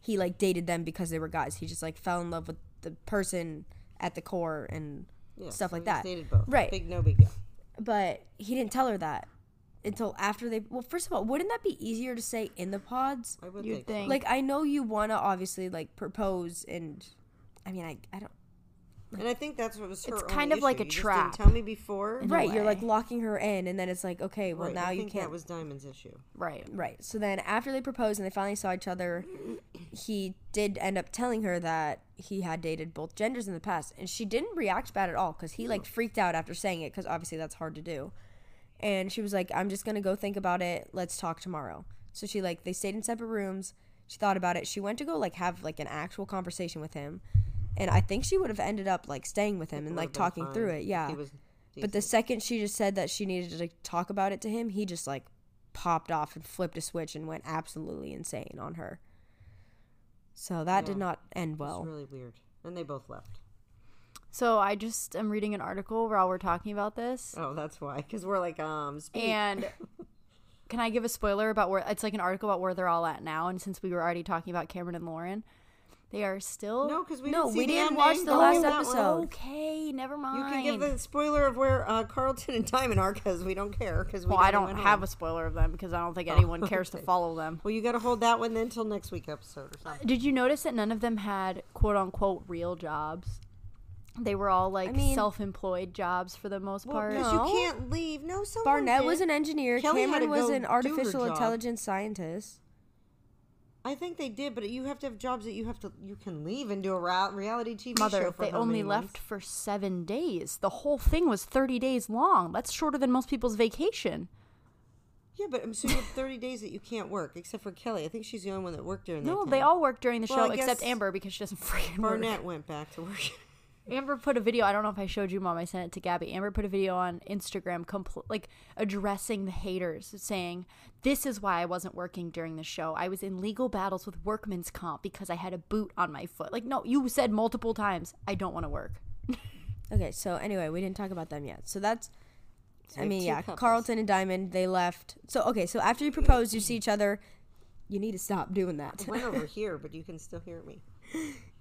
[SPEAKER 1] he like dated them because they were guys. He just like fell in love with the person at the core and
[SPEAKER 3] Yeah,
[SPEAKER 1] stuff
[SPEAKER 3] so
[SPEAKER 1] like
[SPEAKER 3] we
[SPEAKER 1] that.
[SPEAKER 3] Stated both.
[SPEAKER 1] Right.
[SPEAKER 3] Big no big deal.
[SPEAKER 1] But he didn't tell her that until after they. Well, first of all, wouldn't that be easier to say in the pods?
[SPEAKER 3] I would
[SPEAKER 2] You'd
[SPEAKER 3] think.
[SPEAKER 2] think.
[SPEAKER 1] Like, I know you want to obviously like propose, and I mean, I, I don't.
[SPEAKER 3] so. And I think that's what was her.
[SPEAKER 2] It's
[SPEAKER 3] only
[SPEAKER 2] kind of like
[SPEAKER 3] issue.
[SPEAKER 2] a
[SPEAKER 3] You just
[SPEAKER 2] trap.
[SPEAKER 3] Didn't tell me before.
[SPEAKER 2] In a
[SPEAKER 1] right, you're like
[SPEAKER 2] way.
[SPEAKER 1] locking her in, and then it's like, okay, well
[SPEAKER 3] Right,
[SPEAKER 1] now
[SPEAKER 3] I
[SPEAKER 1] you
[SPEAKER 3] think
[SPEAKER 1] can't.
[SPEAKER 3] That was Diamond's issue.
[SPEAKER 2] Right.
[SPEAKER 1] Right. So then after they proposed and they finally saw each other, he did end up telling her that he had dated both genders in the past and she didn't react bad at all cuz he like freaked out after saying it cuz obviously that's hard to do. And she was like, "I'm just going to go think about it. Let's talk tomorrow." So she like they stayed in separate rooms. She thought about it. She went to go like have like an actual conversation with him. And I think she would have ended up like staying with him and like
[SPEAKER 3] Would've been
[SPEAKER 1] talking
[SPEAKER 3] fine
[SPEAKER 1] through
[SPEAKER 3] if
[SPEAKER 1] it. Yeah.
[SPEAKER 3] He was
[SPEAKER 1] But the
[SPEAKER 3] decent.
[SPEAKER 1] second she just said that she needed to like, talk about it to him, he just like popped off and flipped a switch and went absolutely insane on her. So that did
[SPEAKER 3] Yeah.
[SPEAKER 1] not end
[SPEAKER 3] It's
[SPEAKER 1] well.
[SPEAKER 3] really weird. And they both left.
[SPEAKER 2] So I just am reading an article while we're talking about this.
[SPEAKER 3] Oh, that's why. Because we're like, um, speak.
[SPEAKER 2] And can I give a spoiler about where it's like an article about where they're all at now? And since we were already talking about Cameron and Lauren, they are still
[SPEAKER 3] no, because we
[SPEAKER 1] No,
[SPEAKER 3] didn't see
[SPEAKER 1] we
[SPEAKER 3] the
[SPEAKER 1] didn't
[SPEAKER 3] ending.
[SPEAKER 1] watch the
[SPEAKER 3] Don't
[SPEAKER 1] last
[SPEAKER 3] give that one.
[SPEAKER 1] episode.
[SPEAKER 2] okay. Never mind.
[SPEAKER 3] You can give the spoiler of where uh, Carlton and Diamond are because we don't care. Because we
[SPEAKER 2] well, I
[SPEAKER 3] know they
[SPEAKER 2] don't
[SPEAKER 3] went
[SPEAKER 2] have
[SPEAKER 3] home.
[SPEAKER 2] a spoiler of them because I don't
[SPEAKER 3] Oh,
[SPEAKER 2] think anyone cares to follow them.
[SPEAKER 3] Well, you got to hold that one then till next week episode or
[SPEAKER 1] Uh,
[SPEAKER 3] something.
[SPEAKER 2] Did you notice that none of them had quote unquote real jobs? They were all like
[SPEAKER 1] mean-
[SPEAKER 2] self employed jobs for the most part.
[SPEAKER 3] because
[SPEAKER 1] no.
[SPEAKER 3] you can't leave. No, someone
[SPEAKER 1] Barnett
[SPEAKER 3] did.
[SPEAKER 1] was an engineer.
[SPEAKER 3] Kelly had
[SPEAKER 1] Cameron
[SPEAKER 3] to
[SPEAKER 1] was
[SPEAKER 3] go
[SPEAKER 1] an
[SPEAKER 3] do her
[SPEAKER 1] artificial
[SPEAKER 3] job.
[SPEAKER 1] intelligence scientist.
[SPEAKER 3] I think they did, but you have to have jobs that you have to you can leave and do a ra- reality TV show
[SPEAKER 2] Mother,
[SPEAKER 3] for
[SPEAKER 2] they
[SPEAKER 3] how
[SPEAKER 2] only
[SPEAKER 3] many months?
[SPEAKER 2] left for seven days. The whole thing was 30 days long. That's shorter than most people's vacation.
[SPEAKER 3] Yeah, but um, so you have 30 days that you can't work except for Kelly. I think she's the only one that worked during that
[SPEAKER 2] No,
[SPEAKER 3] time.
[SPEAKER 2] they all worked during the
[SPEAKER 3] Well,
[SPEAKER 2] show
[SPEAKER 3] I
[SPEAKER 2] except
[SPEAKER 3] guess
[SPEAKER 2] Amber because she doesn't freaking work.
[SPEAKER 3] Barnett went back to work.
[SPEAKER 2] Amber put a video. I don't know if I showed you, mom. I sent it to Gabby. Amber put a video on Instagram, compl- like addressing the haters, saying, "This is why I wasn't working during the show. I was in legal battles with workman's comp because I had a boot on my foot." Like, no, you said multiple times, "I don't want to work."
[SPEAKER 1] Okay, so anyway, we didn't talk about them yet. So that's
[SPEAKER 3] So we
[SPEAKER 1] I
[SPEAKER 3] have
[SPEAKER 1] mean,
[SPEAKER 3] two
[SPEAKER 1] yeah,
[SPEAKER 3] couples.
[SPEAKER 1] Carlton and Diamond, they left. So okay, so after you propose, you see each other. You need to stop doing that.
[SPEAKER 3] went over here, but you can still hear me.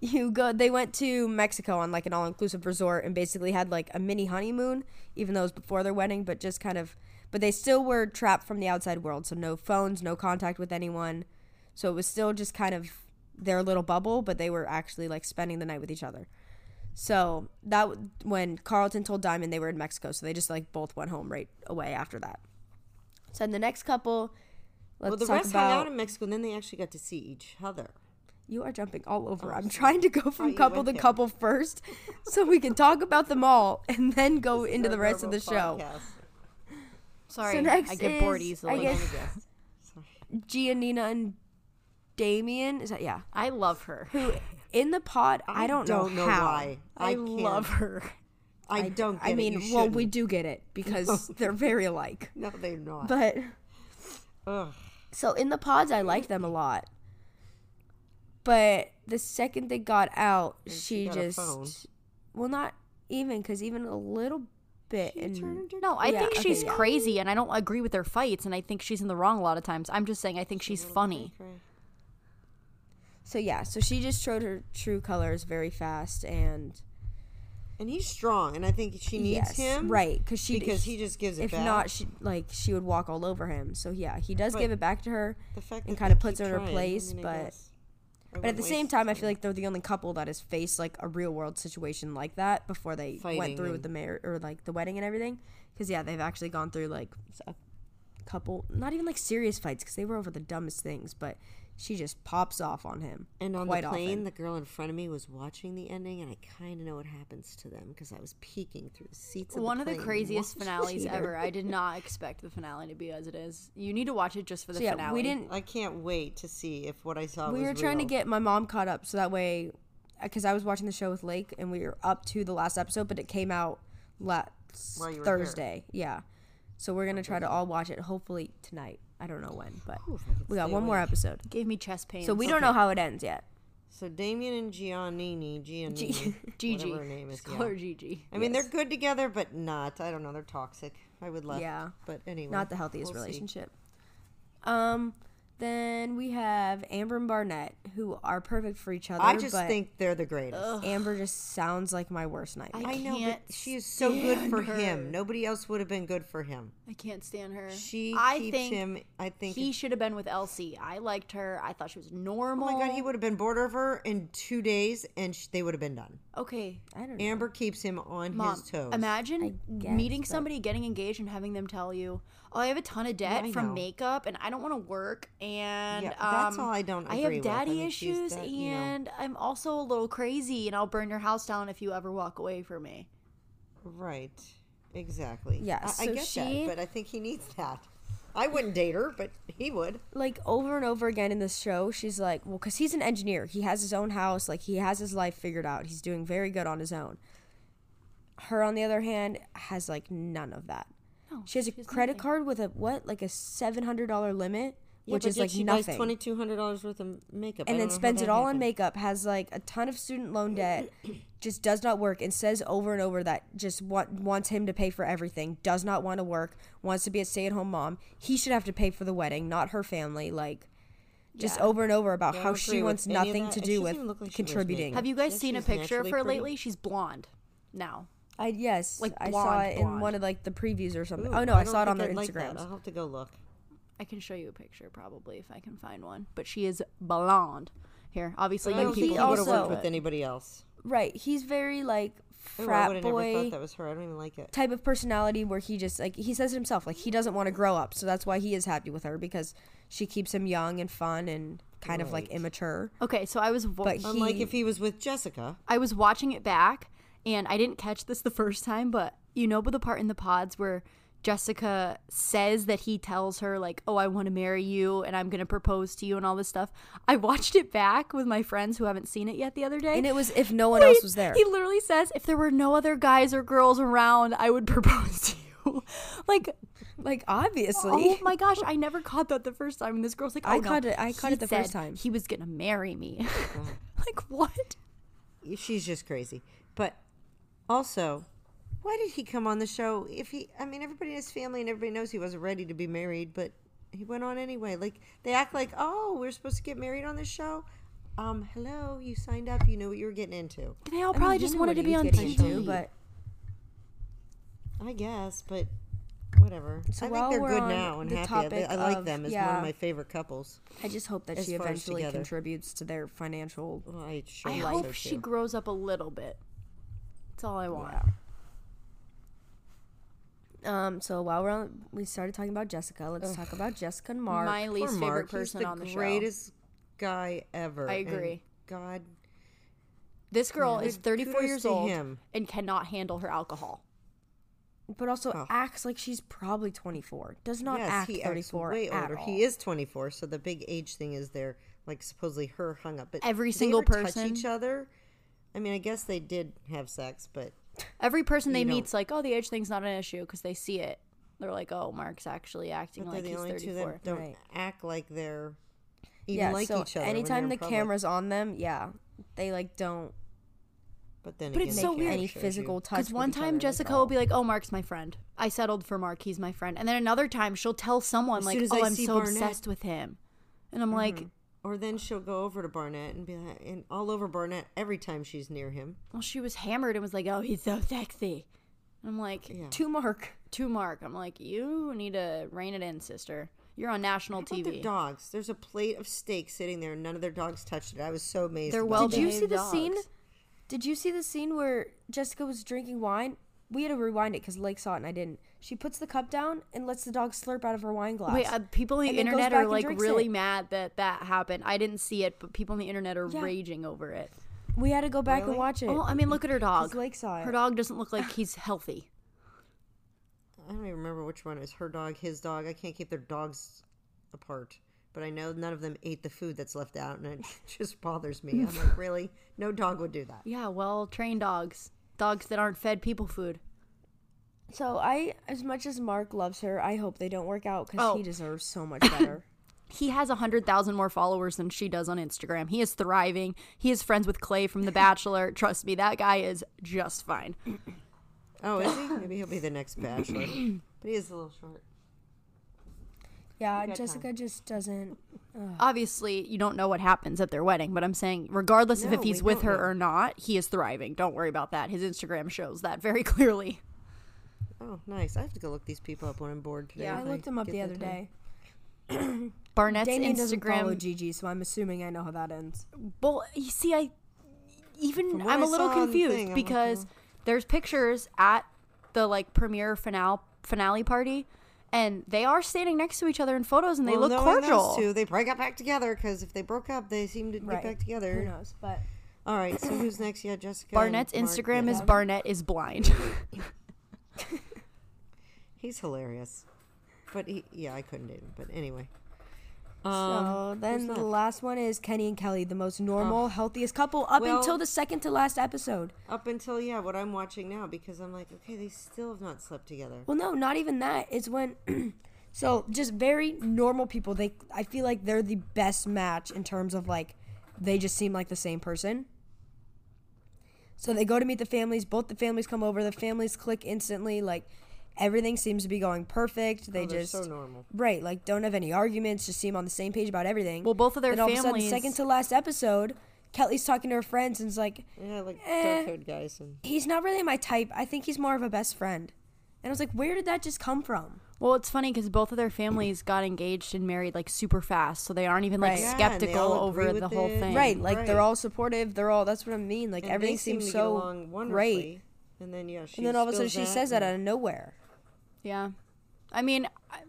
[SPEAKER 1] you go they went to mexico on like an all-inclusive resort and basically had like a mini honeymoon even though it was before their wedding but just kind of but they still were trapped from the outside world so no phones no contact with anyone so it was still just kind of their little bubble but they were actually like spending the night with each other so that w- when carlton told diamond they were in mexico so they just like both went home right away after that so then the next couple let's
[SPEAKER 3] Well, the
[SPEAKER 1] talk
[SPEAKER 3] rest
[SPEAKER 1] about
[SPEAKER 3] hung out in Mexico, and then they actually got to see each other.
[SPEAKER 1] you are jumping all over. I'm trying to go from
[SPEAKER 3] Oh, you
[SPEAKER 1] couple
[SPEAKER 3] went
[SPEAKER 1] to
[SPEAKER 3] there.
[SPEAKER 1] couple first so we can talk about them all and then go into the rest of the
[SPEAKER 3] Adorable
[SPEAKER 1] show.
[SPEAKER 3] podcast.
[SPEAKER 2] Sorry,
[SPEAKER 1] So next
[SPEAKER 2] I get bored
[SPEAKER 1] is,
[SPEAKER 2] easily.
[SPEAKER 1] I
[SPEAKER 2] I,
[SPEAKER 1] guess-
[SPEAKER 3] Only guess. Sorry.
[SPEAKER 1] Giannina and Damien, is that yeah?
[SPEAKER 2] love her.
[SPEAKER 1] Who in the pod, I, don't, know, how.
[SPEAKER 3] why.
[SPEAKER 2] I,
[SPEAKER 3] can't-
[SPEAKER 2] love her.
[SPEAKER 3] I, don't. Get
[SPEAKER 1] I
[SPEAKER 3] it.
[SPEAKER 1] mean,
[SPEAKER 3] You
[SPEAKER 1] well, we
[SPEAKER 3] shouldn't.
[SPEAKER 1] do get it because they're very alike.
[SPEAKER 3] No, they're not.
[SPEAKER 1] But
[SPEAKER 3] Ugh.
[SPEAKER 1] so in the pods, I liked them a lot. But the second they got out, she,
[SPEAKER 3] got a phone.
[SPEAKER 1] just well, not even because even a little bit and
[SPEAKER 3] Turned her-
[SPEAKER 2] No, I
[SPEAKER 1] Yeah,
[SPEAKER 2] think
[SPEAKER 1] okay,
[SPEAKER 2] she's
[SPEAKER 1] yeah.
[SPEAKER 2] crazy, and I don't agree with her fights, and I think she's in the wrong a lot of times. I'm just saying, I think she's funny.
[SPEAKER 1] So yeah, so she just showed her true colors very fast, and
[SPEAKER 3] And he's strong, and I think she
[SPEAKER 1] yes,
[SPEAKER 3] needs him.
[SPEAKER 1] right? Because she
[SPEAKER 3] Because he just gives it
[SPEAKER 1] if
[SPEAKER 3] back.
[SPEAKER 1] not, she like she would walk all over him. So yeah, he does
[SPEAKER 3] But-
[SPEAKER 1] give it back to her.
[SPEAKER 3] the fact
[SPEAKER 1] it
[SPEAKER 3] that
[SPEAKER 1] kinda
[SPEAKER 3] they
[SPEAKER 1] puts
[SPEAKER 3] keep
[SPEAKER 1] her in her
[SPEAKER 3] trying, I
[SPEAKER 1] place,
[SPEAKER 3] mean, I
[SPEAKER 1] but-
[SPEAKER 3] guess. I
[SPEAKER 1] But at
[SPEAKER 3] wouldn't
[SPEAKER 1] the same
[SPEAKER 3] waste
[SPEAKER 1] time, I feel like they're the only couple that has faced like a real world situation like that before they went
[SPEAKER 3] Fighting
[SPEAKER 1] through with
[SPEAKER 3] and-
[SPEAKER 1] the mayor or like the wedding and everything. Because yeah, they've actually gone through like a couple, not even like serious fights because they were over the dumbest things. But she just pops off on him.
[SPEAKER 3] And on
[SPEAKER 1] quite
[SPEAKER 3] the plane,
[SPEAKER 1] often.
[SPEAKER 3] the girl in front of me was watching the ending, and I kind of know what happens to them because I was peeking through the seats. Of
[SPEAKER 2] One
[SPEAKER 3] the
[SPEAKER 2] of the
[SPEAKER 3] plane and
[SPEAKER 2] craziest
[SPEAKER 3] watching
[SPEAKER 2] finales
[SPEAKER 3] her.
[SPEAKER 2] ever. I did not expect the finale to be as it is. You need to watch it just for the
[SPEAKER 1] So yeah,
[SPEAKER 2] finale.
[SPEAKER 1] we didn't
[SPEAKER 3] I can't wait to see if what I saw.
[SPEAKER 1] we
[SPEAKER 3] was
[SPEAKER 1] were trying
[SPEAKER 3] real.
[SPEAKER 1] to get my mom caught up so that way because i was watching the show with lake and we were up to the last episode but it came out last
[SPEAKER 3] While you were here.
[SPEAKER 1] thursday yeah so we're gonna try to all watch it hopefully tonight i don't know when but
[SPEAKER 3] Ooh, if I could
[SPEAKER 1] we got
[SPEAKER 3] stay
[SPEAKER 1] one more
[SPEAKER 3] awake.
[SPEAKER 1] episode
[SPEAKER 2] Gave me chest pains.
[SPEAKER 1] so we don't know how it ends yet
[SPEAKER 3] So Damien and Giannini, Giannini,
[SPEAKER 2] Gigi.
[SPEAKER 3] whatever her name is.
[SPEAKER 2] Just
[SPEAKER 3] yeah.
[SPEAKER 2] call her Gigi.
[SPEAKER 3] I mean, they're good together, but not. I don't know. They're toxic. I would love.
[SPEAKER 1] Yeah.
[SPEAKER 3] But anyway,
[SPEAKER 1] Not the healthiest
[SPEAKER 3] we'll see.
[SPEAKER 1] relationship. Um, then we have Amber and Barnett, who are perfect for each other.
[SPEAKER 3] I just
[SPEAKER 1] but
[SPEAKER 3] think they're the greatest.
[SPEAKER 1] Amber just sounds like my worst nightmare.
[SPEAKER 3] I know,
[SPEAKER 2] can't
[SPEAKER 3] but she is so good for
[SPEAKER 2] stand her.
[SPEAKER 3] him. Nobody else would have been good for him.
[SPEAKER 2] I can't stand her.
[SPEAKER 3] She
[SPEAKER 2] I
[SPEAKER 3] keeps
[SPEAKER 2] think
[SPEAKER 3] him. I think.
[SPEAKER 2] he should have been with Elsie. I liked her. I thought she was normal.
[SPEAKER 3] oh my god, he would have been bored of her in two days, and sh- they would have been done.
[SPEAKER 2] Okay,
[SPEAKER 1] I, don't know.
[SPEAKER 3] Amber keeps him on
[SPEAKER 2] Mom,
[SPEAKER 3] his toes.
[SPEAKER 2] imagine
[SPEAKER 1] guess,
[SPEAKER 2] meeting
[SPEAKER 1] but-
[SPEAKER 2] somebody, getting engaged, and having them tell you, "Oh, I have a ton of debt
[SPEAKER 3] I
[SPEAKER 2] from
[SPEAKER 3] know.
[SPEAKER 2] makeup, and I don't want to work, and
[SPEAKER 3] Yeah, that's
[SPEAKER 2] um,
[SPEAKER 3] all I don't
[SPEAKER 2] I
[SPEAKER 3] agree
[SPEAKER 2] have
[SPEAKER 3] with. I
[SPEAKER 2] daddy
[SPEAKER 3] think she's
[SPEAKER 2] issues,
[SPEAKER 3] that, you know.
[SPEAKER 2] and I'm also a little crazy, and I'll burn your house down if you ever walk away from me."
[SPEAKER 3] Right. Exactly.
[SPEAKER 1] Yeah,
[SPEAKER 3] I, I
[SPEAKER 1] so
[SPEAKER 3] get
[SPEAKER 1] she-
[SPEAKER 3] that, but I think he needs that. I wouldn't date her, but he would.
[SPEAKER 1] Like over and over again in this show, she's like, "Well, because he's an engineer, he has his own house, like he has his life figured out. He's doing very good on his own." Her, on the other hand, has like none of that.
[SPEAKER 2] No,
[SPEAKER 1] She has a credit card with a what, like a seven hundred dollar limit, which is like
[SPEAKER 3] she
[SPEAKER 1] nothing.
[SPEAKER 3] buys twenty two hundred dollars worth of makeup,
[SPEAKER 1] and then spends it all
[SPEAKER 3] Mm-hmm.
[SPEAKER 1] on makeup, has like a ton of student loan debt, just does not work, and says over and over that just want, wants him to pay for everything, does not want to work, wants to be a stay at home mom. He should have to pay for the wedding, not her family. Like, just
[SPEAKER 2] Yeah.
[SPEAKER 1] over and over about
[SPEAKER 3] Yeah, I
[SPEAKER 1] how
[SPEAKER 3] don't
[SPEAKER 1] she
[SPEAKER 3] agree with
[SPEAKER 1] wants
[SPEAKER 3] any of
[SPEAKER 1] nothing
[SPEAKER 3] that,
[SPEAKER 1] to
[SPEAKER 3] and
[SPEAKER 1] do
[SPEAKER 3] she doesn't look
[SPEAKER 1] with
[SPEAKER 3] like she wears
[SPEAKER 1] contributing.
[SPEAKER 3] makeup.
[SPEAKER 2] Have you guys
[SPEAKER 3] Yeah,
[SPEAKER 2] seen a
[SPEAKER 3] she's
[SPEAKER 2] picture of
[SPEAKER 3] naturally
[SPEAKER 2] her
[SPEAKER 3] pretty.
[SPEAKER 2] lately? She's blonde now.
[SPEAKER 1] I yes,
[SPEAKER 2] Like
[SPEAKER 1] I saw
[SPEAKER 2] blonde,
[SPEAKER 1] it in
[SPEAKER 2] blonde.
[SPEAKER 1] one of like the previews or something.
[SPEAKER 3] Ooh,
[SPEAKER 1] oh no, I,
[SPEAKER 3] don't
[SPEAKER 1] saw it
[SPEAKER 3] think
[SPEAKER 1] on their
[SPEAKER 3] I'd like that.
[SPEAKER 1] Instagram.
[SPEAKER 3] I'll have to go look.
[SPEAKER 2] I can show you a picture probably if I can find one, but she is blonde. Here, obviously,
[SPEAKER 3] I
[SPEAKER 2] you
[SPEAKER 3] don't
[SPEAKER 1] he
[SPEAKER 3] think he
[SPEAKER 2] people
[SPEAKER 3] would
[SPEAKER 2] also
[SPEAKER 3] have
[SPEAKER 1] also-
[SPEAKER 3] worked with anybody else.
[SPEAKER 1] right, he's very like
[SPEAKER 3] Ooh, I would
[SPEAKER 1] frat
[SPEAKER 3] have never
[SPEAKER 1] boy.
[SPEAKER 3] thought that was her. I don't even like it.
[SPEAKER 1] type of personality where he just like he says it himself like he doesn't want to grow up so that's why he is happy with her because she keeps him young and fun and kind of like
[SPEAKER 3] Right.
[SPEAKER 1] immature
[SPEAKER 2] Okay, so I was vo-
[SPEAKER 1] But
[SPEAKER 3] Unlike
[SPEAKER 1] He-
[SPEAKER 3] if he was with Jessica.
[SPEAKER 2] I was watching it back and I didn't catch this the first time, but you know, but the part in the pods where Jessica says that he tells her, like, oh, I want to marry you and I'm going to propose to you and all this stuff. I watched it back with my friends who haven't seen it yet the other day.
[SPEAKER 1] and it was if no one else was there
[SPEAKER 2] He literally says, if there were no other guys or girls around, I would propose to you. like,
[SPEAKER 1] like obviously
[SPEAKER 2] oh my gosh, I never caught that the first time. And this girl's like, oh,
[SPEAKER 1] I
[SPEAKER 2] no,
[SPEAKER 1] caught it- I caught
[SPEAKER 2] he
[SPEAKER 1] it the first
[SPEAKER 2] said
[SPEAKER 1] time.
[SPEAKER 2] He was going to marry me.
[SPEAKER 1] Mm.
[SPEAKER 2] like, what?
[SPEAKER 3] She's just crazy. But also, why did he come on the show? If he, I mean, everybody in his family and everybody knows he wasn't ready to be married, but he went on anyway. Like they act like, oh, we're supposed to get married on this show. Um, hello, you signed up. You knew what you were getting into.
[SPEAKER 2] They all probably
[SPEAKER 1] you
[SPEAKER 2] just
[SPEAKER 1] know
[SPEAKER 2] wanted
[SPEAKER 1] what
[SPEAKER 2] to be
[SPEAKER 1] he's
[SPEAKER 2] on
[SPEAKER 1] getting
[SPEAKER 2] TV.
[SPEAKER 1] into, but
[SPEAKER 3] I guess, but whatever.
[SPEAKER 1] So
[SPEAKER 3] I
[SPEAKER 1] while
[SPEAKER 3] think they're
[SPEAKER 1] we're
[SPEAKER 3] good
[SPEAKER 1] on
[SPEAKER 3] now and
[SPEAKER 1] the
[SPEAKER 3] happy. I,
[SPEAKER 1] topic
[SPEAKER 3] I like
[SPEAKER 1] of-
[SPEAKER 3] them as one
[SPEAKER 1] yeah.
[SPEAKER 3] of my favorite couples.
[SPEAKER 1] I just hope that
[SPEAKER 3] As
[SPEAKER 1] she
[SPEAKER 3] far as
[SPEAKER 1] eventually
[SPEAKER 3] together.
[SPEAKER 1] contributes to their financial
[SPEAKER 3] Well, I, sure
[SPEAKER 2] I
[SPEAKER 3] hope
[SPEAKER 2] hope
[SPEAKER 3] so,
[SPEAKER 2] she
[SPEAKER 3] too.
[SPEAKER 2] grows up a little bit. That's all I want.
[SPEAKER 1] um so while we're on we started talking about Jessica let's talk about Jessica and Mark
[SPEAKER 2] My
[SPEAKER 3] Poor
[SPEAKER 2] least favorite
[SPEAKER 3] Mark,
[SPEAKER 2] person
[SPEAKER 3] he's the
[SPEAKER 2] on the show.
[SPEAKER 3] greatest guy ever.
[SPEAKER 2] I
[SPEAKER 3] and
[SPEAKER 2] agree.
[SPEAKER 3] God,
[SPEAKER 2] This girl is
[SPEAKER 3] Good
[SPEAKER 2] 34
[SPEAKER 3] kudos
[SPEAKER 2] years
[SPEAKER 3] to
[SPEAKER 2] old
[SPEAKER 3] him.
[SPEAKER 2] and cannot handle her alcohol.
[SPEAKER 1] but also
[SPEAKER 3] Oh.
[SPEAKER 1] acts like she's probably 24 does not
[SPEAKER 3] yes,
[SPEAKER 1] act
[SPEAKER 3] he
[SPEAKER 1] 34
[SPEAKER 3] acts way
[SPEAKER 1] at
[SPEAKER 3] older.
[SPEAKER 1] all.
[SPEAKER 3] He is 24, so the big age thing is there. Like supposedly her hung up, but
[SPEAKER 2] Every
[SPEAKER 3] did they
[SPEAKER 2] single
[SPEAKER 3] ever touch
[SPEAKER 2] person-
[SPEAKER 3] each other. I mean, I guess they did have sex, but
[SPEAKER 2] Every person they
[SPEAKER 3] You
[SPEAKER 2] meet's like, oh, the age thing's not an issue because they see it. They're like, oh, Mark's actually acting
[SPEAKER 3] but
[SPEAKER 2] like
[SPEAKER 3] they're
[SPEAKER 2] he's
[SPEAKER 3] the only two
[SPEAKER 2] 34.
[SPEAKER 3] that don't
[SPEAKER 1] Right.
[SPEAKER 3] act like they're even
[SPEAKER 1] yeah,
[SPEAKER 3] like
[SPEAKER 1] so
[SPEAKER 3] each other. when they're
[SPEAKER 1] anytime
[SPEAKER 3] in
[SPEAKER 1] the
[SPEAKER 3] public.
[SPEAKER 1] camera's on them, yeah, they like don't
[SPEAKER 3] but then
[SPEAKER 2] But
[SPEAKER 3] again,
[SPEAKER 2] it's
[SPEAKER 1] make
[SPEAKER 2] so
[SPEAKER 3] the camera
[SPEAKER 2] weird.
[SPEAKER 1] any
[SPEAKER 3] shows you.
[SPEAKER 1] physical touch.
[SPEAKER 2] Because
[SPEAKER 1] with
[SPEAKER 2] one
[SPEAKER 1] each
[SPEAKER 2] time
[SPEAKER 1] other,
[SPEAKER 2] Jessica
[SPEAKER 1] like,
[SPEAKER 2] will be like, oh, Mark's my friend. I settled for Mark. He's my friend. And then another time she'll tell someone,
[SPEAKER 3] As
[SPEAKER 2] like,
[SPEAKER 3] soon as
[SPEAKER 2] oh,
[SPEAKER 3] I
[SPEAKER 2] I'm
[SPEAKER 3] see
[SPEAKER 2] so
[SPEAKER 3] Barnett- Mm-hmm.
[SPEAKER 2] obsessed with him. And I'm like,
[SPEAKER 3] Or then she'll go over to Barnett and be like, and all over Barnett every time she's near him.
[SPEAKER 2] well, she was hammered and was like, oh, he's so sexy. And I'm like,
[SPEAKER 3] Yeah.
[SPEAKER 1] to Mark.
[SPEAKER 2] to Mark. I'm like, you need to rein it in, sister. You're on national
[SPEAKER 3] How about Their
[SPEAKER 2] TV.
[SPEAKER 3] dogs. There's a plate of steak sitting there, and none of their dogs touched it. I was so amazed.
[SPEAKER 2] They're
[SPEAKER 3] about
[SPEAKER 2] well-
[SPEAKER 3] that.
[SPEAKER 1] Did you see
[SPEAKER 2] behaved
[SPEAKER 1] the scene?
[SPEAKER 2] dogs.
[SPEAKER 1] Did you see the scene where Jessica was drinking wine? We had to rewind it because Lake saw it and I didn't. She puts the cup down and lets the dog slurp out of her wine glass.
[SPEAKER 2] Wait, uh, people on the
[SPEAKER 1] And then goes
[SPEAKER 2] internet
[SPEAKER 1] back
[SPEAKER 2] are
[SPEAKER 1] and
[SPEAKER 2] like
[SPEAKER 1] drinks
[SPEAKER 2] really
[SPEAKER 1] it.
[SPEAKER 2] mad that that happened. I didn't see it, but people on the internet are
[SPEAKER 1] Yeah.
[SPEAKER 2] raging over it.
[SPEAKER 1] we had to go back
[SPEAKER 3] Really?
[SPEAKER 1] and watch it.
[SPEAKER 2] Well, I mean, look at her Oh, dog.
[SPEAKER 1] Lake saw
[SPEAKER 2] Her
[SPEAKER 1] it.
[SPEAKER 2] dog doesn't look like he's healthy.
[SPEAKER 3] I don't even remember which one is her dog, his dog. I can't keep their dogs apart. But I know none of them ate the food that's left out, and it just bothers me. I'm like, really? No dog would do that.
[SPEAKER 2] Yeah, well, trained dogs, dogs that aren't fed people food.
[SPEAKER 1] So I, as much as Mark loves her, I hope they don't work out because
[SPEAKER 2] Oh.
[SPEAKER 1] he deserves so much better.
[SPEAKER 2] he has 100,000 more followers than she does on Instagram. He is thriving. He is friends with Clay from The Bachelor. Trust me, that guy is just fine.
[SPEAKER 3] Oh, is he? Maybe he'll be the next bachelor. but he is a little short.
[SPEAKER 1] Yeah, Jessica just doesn't.
[SPEAKER 2] Obviously, you don't know what happens at their wedding, but I'm saying, regardless of
[SPEAKER 3] No,
[SPEAKER 2] if he's
[SPEAKER 3] we
[SPEAKER 2] with
[SPEAKER 3] don't
[SPEAKER 2] her
[SPEAKER 3] know.
[SPEAKER 2] or not, he is thriving. Don't worry about that. His Instagram shows that very clearly.
[SPEAKER 3] Oh, nice. I have to go look these people up when I'm bored today.
[SPEAKER 1] I
[SPEAKER 3] if
[SPEAKER 1] looked him up
[SPEAKER 3] get
[SPEAKER 1] the other
[SPEAKER 3] time.
[SPEAKER 1] day.
[SPEAKER 2] Barnett's
[SPEAKER 1] Damien doesn't follow
[SPEAKER 2] Instagram.
[SPEAKER 1] Gigi, so I'm assuming I know how that ends.
[SPEAKER 2] Well, you see, I even
[SPEAKER 3] From what
[SPEAKER 2] I'm
[SPEAKER 3] I
[SPEAKER 2] a little
[SPEAKER 3] saw on the
[SPEAKER 2] confused
[SPEAKER 3] thing, I'm like,
[SPEAKER 2] because
[SPEAKER 3] "Oh."
[SPEAKER 2] there's pictures at the like premiere finale finale party, and they are standing next to each other in photos, and they
[SPEAKER 3] Well,
[SPEAKER 2] look
[SPEAKER 3] knowing those
[SPEAKER 2] cordial.
[SPEAKER 3] Two, they probably got back together because if they broke up, they seem to
[SPEAKER 1] Right.
[SPEAKER 3] get back
[SPEAKER 1] Who
[SPEAKER 3] together.
[SPEAKER 1] knows? But
[SPEAKER 3] All right. So who's next? Yeah, Jessica. and
[SPEAKER 2] Barnett's
[SPEAKER 3] Mark,
[SPEAKER 2] Instagram
[SPEAKER 3] yeah.
[SPEAKER 2] is Barnett is blind.
[SPEAKER 3] He's hilarious, but he yeah, I couldn't date him. But anyway.
[SPEAKER 1] so um, then the
[SPEAKER 3] left?
[SPEAKER 1] last one is Kenny and Kelly, the most normal, healthiest couple up
[SPEAKER 3] Well-
[SPEAKER 1] until the second to last episode.
[SPEAKER 3] Up until yeah, what I'm watching now because I'm like, okay, they still have not slept together.
[SPEAKER 1] Well, no, not even that. It's when so just very normal people. They I feel like they're the best match in terms of like they just seem like the same person. So they go to meet the families. Both the families come over. The families click instantly. Like everything seems to be going perfect. They
[SPEAKER 3] Oh, They're
[SPEAKER 1] just
[SPEAKER 3] so normal.
[SPEAKER 1] right like don't have any arguments. Just seem on the same page about everything.
[SPEAKER 2] Well, both of their
[SPEAKER 1] Then all Of a sudden,
[SPEAKER 2] families-
[SPEAKER 1] second to last episode, Kelly's talking to her friends and is like,
[SPEAKER 3] Yeah, like
[SPEAKER 1] Eh.
[SPEAKER 3] dark haired guys and
[SPEAKER 1] "He's not really my type. I think he's more of a best friend." And I was like, "Where did that just come from?"
[SPEAKER 2] well, it's funny because both of their families got engaged and married like super fast, so they aren't even like
[SPEAKER 1] Right. Yeah,
[SPEAKER 3] and they all
[SPEAKER 2] skeptical
[SPEAKER 3] agree
[SPEAKER 2] over
[SPEAKER 3] with
[SPEAKER 2] the whole
[SPEAKER 3] it.
[SPEAKER 2] thing.
[SPEAKER 1] Right, like they're
[SPEAKER 3] Right.
[SPEAKER 1] all supportive. They're all. That's what I mean. Like
[SPEAKER 3] and
[SPEAKER 1] everything
[SPEAKER 3] they seem
[SPEAKER 1] seems
[SPEAKER 3] to get
[SPEAKER 1] so
[SPEAKER 3] along wonderfully.
[SPEAKER 1] great,
[SPEAKER 3] And then yeah, she
[SPEAKER 1] and then all of a sudden
[SPEAKER 3] spills
[SPEAKER 1] she
[SPEAKER 3] that
[SPEAKER 1] says that
[SPEAKER 3] and-
[SPEAKER 1] out of nowhere.
[SPEAKER 2] Yeah. I mean, I,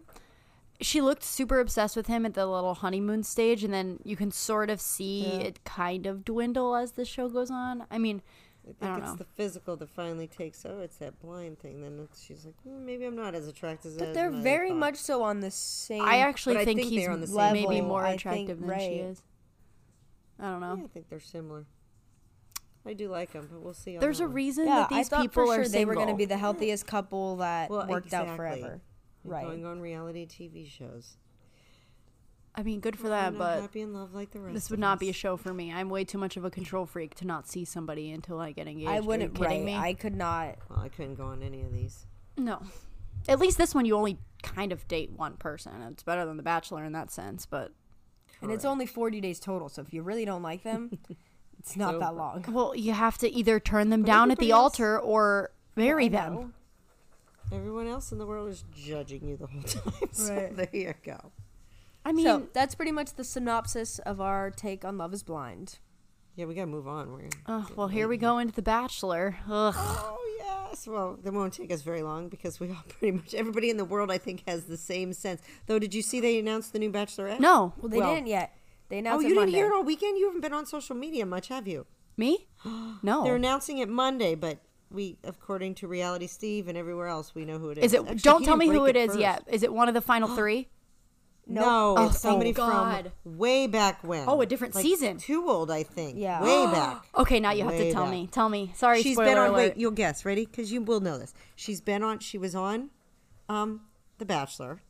[SPEAKER 2] she looked super obsessed with him at the little honeymoon stage, and then you can sort of see it kind of dwindle as the show goes on. I mean,
[SPEAKER 3] I
[SPEAKER 2] I
[SPEAKER 3] think
[SPEAKER 2] don't
[SPEAKER 3] it's
[SPEAKER 2] know.
[SPEAKER 3] the physical that finally takes. Oh, it's that blind thing. Then it's, she's like, "Hmm, maybe I'm not as attractive.
[SPEAKER 1] But
[SPEAKER 3] as
[SPEAKER 1] they're
[SPEAKER 3] I
[SPEAKER 1] very
[SPEAKER 3] thought."
[SPEAKER 1] much so on the same.
[SPEAKER 2] I actually
[SPEAKER 3] I
[SPEAKER 2] think,
[SPEAKER 3] think
[SPEAKER 2] he's
[SPEAKER 3] they're on the same
[SPEAKER 2] maybe
[SPEAKER 1] level.
[SPEAKER 2] more
[SPEAKER 1] I think,
[SPEAKER 2] attractive than she
[SPEAKER 1] right.
[SPEAKER 2] is. I don't know.
[SPEAKER 3] Yeah, I think they're similar. I do like them, but we'll see. on
[SPEAKER 2] There's
[SPEAKER 3] that
[SPEAKER 2] a
[SPEAKER 3] one.
[SPEAKER 2] reason
[SPEAKER 1] yeah,
[SPEAKER 2] that
[SPEAKER 1] I
[SPEAKER 2] these
[SPEAKER 1] thought
[SPEAKER 2] people
[SPEAKER 1] for
[SPEAKER 2] are
[SPEAKER 1] sure
[SPEAKER 2] single.
[SPEAKER 1] they were going to be the healthiest couple that
[SPEAKER 3] Well,
[SPEAKER 1] worked out
[SPEAKER 3] exactly.
[SPEAKER 1] forever.
[SPEAKER 3] They're
[SPEAKER 1] Right.
[SPEAKER 3] Going on reality TV shows.
[SPEAKER 2] I mean, good for
[SPEAKER 3] They're
[SPEAKER 2] that,
[SPEAKER 3] not
[SPEAKER 2] but
[SPEAKER 3] happy in love like the rest.
[SPEAKER 2] this
[SPEAKER 3] of
[SPEAKER 2] would not be a
[SPEAKER 3] us.
[SPEAKER 2] show for me. I'm way too much of a control freak to not see somebody until I get engaged.
[SPEAKER 1] I
[SPEAKER 2] Are you
[SPEAKER 1] wouldn't.
[SPEAKER 2] kidding
[SPEAKER 1] Right.
[SPEAKER 2] me?
[SPEAKER 1] I could not.
[SPEAKER 3] Well, I couldn't go on any of these.
[SPEAKER 2] No. At least this one, you only kind of date one person. It's better than The Bachelor in that sense, but.
[SPEAKER 1] And it's only forty days total. So if you really don't like them, it's not
[SPEAKER 3] So-
[SPEAKER 1] that long.
[SPEAKER 2] Well, you have to either turn them down at the
[SPEAKER 3] everybody else-
[SPEAKER 2] altar or marry them.
[SPEAKER 3] Everyone else in the world is judging you the whole time. So
[SPEAKER 1] Right.
[SPEAKER 3] there you go.
[SPEAKER 2] I mean,
[SPEAKER 1] so that's pretty much the synopsis of our take on Love Is Blind.
[SPEAKER 3] Yeah, we gotta move on. We're
[SPEAKER 2] Ugh, uh, well, here
[SPEAKER 3] Mm-hmm.
[SPEAKER 2] we go into The Bachelor. Ugh.
[SPEAKER 3] Oh yes. Well, that won't take us very long because we all pretty much everybody in the world I think has the same sense. Though, did you see they announced the new Bachelorette?
[SPEAKER 2] No.
[SPEAKER 1] Well, they
[SPEAKER 3] Well-
[SPEAKER 1] didn't yet. They
[SPEAKER 3] Oh,
[SPEAKER 1] announced.
[SPEAKER 3] you
[SPEAKER 1] it
[SPEAKER 3] didn't
[SPEAKER 1] Monday.
[SPEAKER 3] hear it all weekend. You haven't been on social media much, have you?
[SPEAKER 2] Me?
[SPEAKER 3] They're
[SPEAKER 2] No.
[SPEAKER 3] announcing it Monday, but we, according to Reality Steve and everywhere else, we know who it is.
[SPEAKER 2] Is it?
[SPEAKER 3] Actually,
[SPEAKER 2] don't
[SPEAKER 3] he
[SPEAKER 2] tell me
[SPEAKER 3] didn't
[SPEAKER 2] who
[SPEAKER 3] break
[SPEAKER 2] it is
[SPEAKER 3] first.
[SPEAKER 2] yet. Is it one of the final three?
[SPEAKER 3] No,
[SPEAKER 2] Oh,
[SPEAKER 3] it's somebody
[SPEAKER 2] thank God.
[SPEAKER 3] from way back when.
[SPEAKER 2] Oh, a different season.
[SPEAKER 3] Too old, I think.
[SPEAKER 1] Yeah.
[SPEAKER 3] way back.
[SPEAKER 2] Okay, now you have
[SPEAKER 3] Way
[SPEAKER 2] to tell
[SPEAKER 3] back.
[SPEAKER 2] me. Tell me. Sorry,
[SPEAKER 3] She's
[SPEAKER 2] spoiler
[SPEAKER 3] been on.
[SPEAKER 2] alert.
[SPEAKER 3] Wait, you'll guess. Ready? Because you will know this. She's been on. She was on, um, The Bachelor.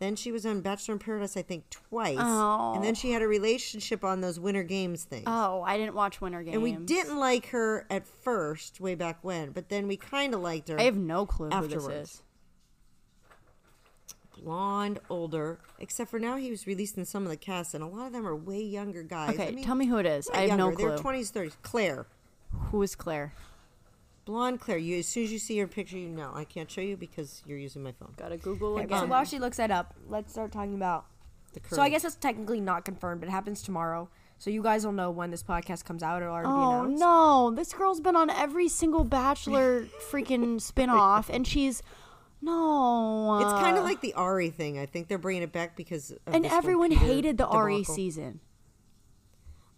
[SPEAKER 3] Then she was on Bachelor in Paradise, I think, twice. And then she had a relationship on those Winter Games things.
[SPEAKER 2] oh, I didn't watch Winter Games.
[SPEAKER 3] and we didn't like her at first, way back when. But then we kind of liked her.
[SPEAKER 2] I have no clue who
[SPEAKER 3] Afterwards.
[SPEAKER 2] this is.
[SPEAKER 3] blonde, older. Except for now, he was released in some of the cast, and a lot of them are way younger guys.
[SPEAKER 2] Okay,
[SPEAKER 3] I mean,
[SPEAKER 2] tell me who it is.
[SPEAKER 3] not
[SPEAKER 2] I have no
[SPEAKER 3] younger,
[SPEAKER 2] clue.
[SPEAKER 3] They're twenties, thirties. Claire,
[SPEAKER 2] who is Claire?
[SPEAKER 3] blonde Claire. You as soon as you see her picture, you know I can't show you because you're using my phone.
[SPEAKER 2] Gotta Google
[SPEAKER 1] Okay, so while she looks that up, let's start talking about.
[SPEAKER 3] The
[SPEAKER 1] So I
[SPEAKER 3] curve.
[SPEAKER 1] guess that's technically not confirmed. It happens tomorrow, so you guys will know when this podcast comes out. It'll already
[SPEAKER 2] Oh
[SPEAKER 1] be announced.
[SPEAKER 2] no, this girl's been on every single Bachelor freaking spinoff, and she's no.
[SPEAKER 3] it's kind
[SPEAKER 2] uh,
[SPEAKER 3] of like the Ari thing. I think they're bringing it back because of
[SPEAKER 2] and
[SPEAKER 3] this one,
[SPEAKER 2] everyone
[SPEAKER 3] Peter
[SPEAKER 2] hated the Ari
[SPEAKER 3] DeMarco.
[SPEAKER 2] season.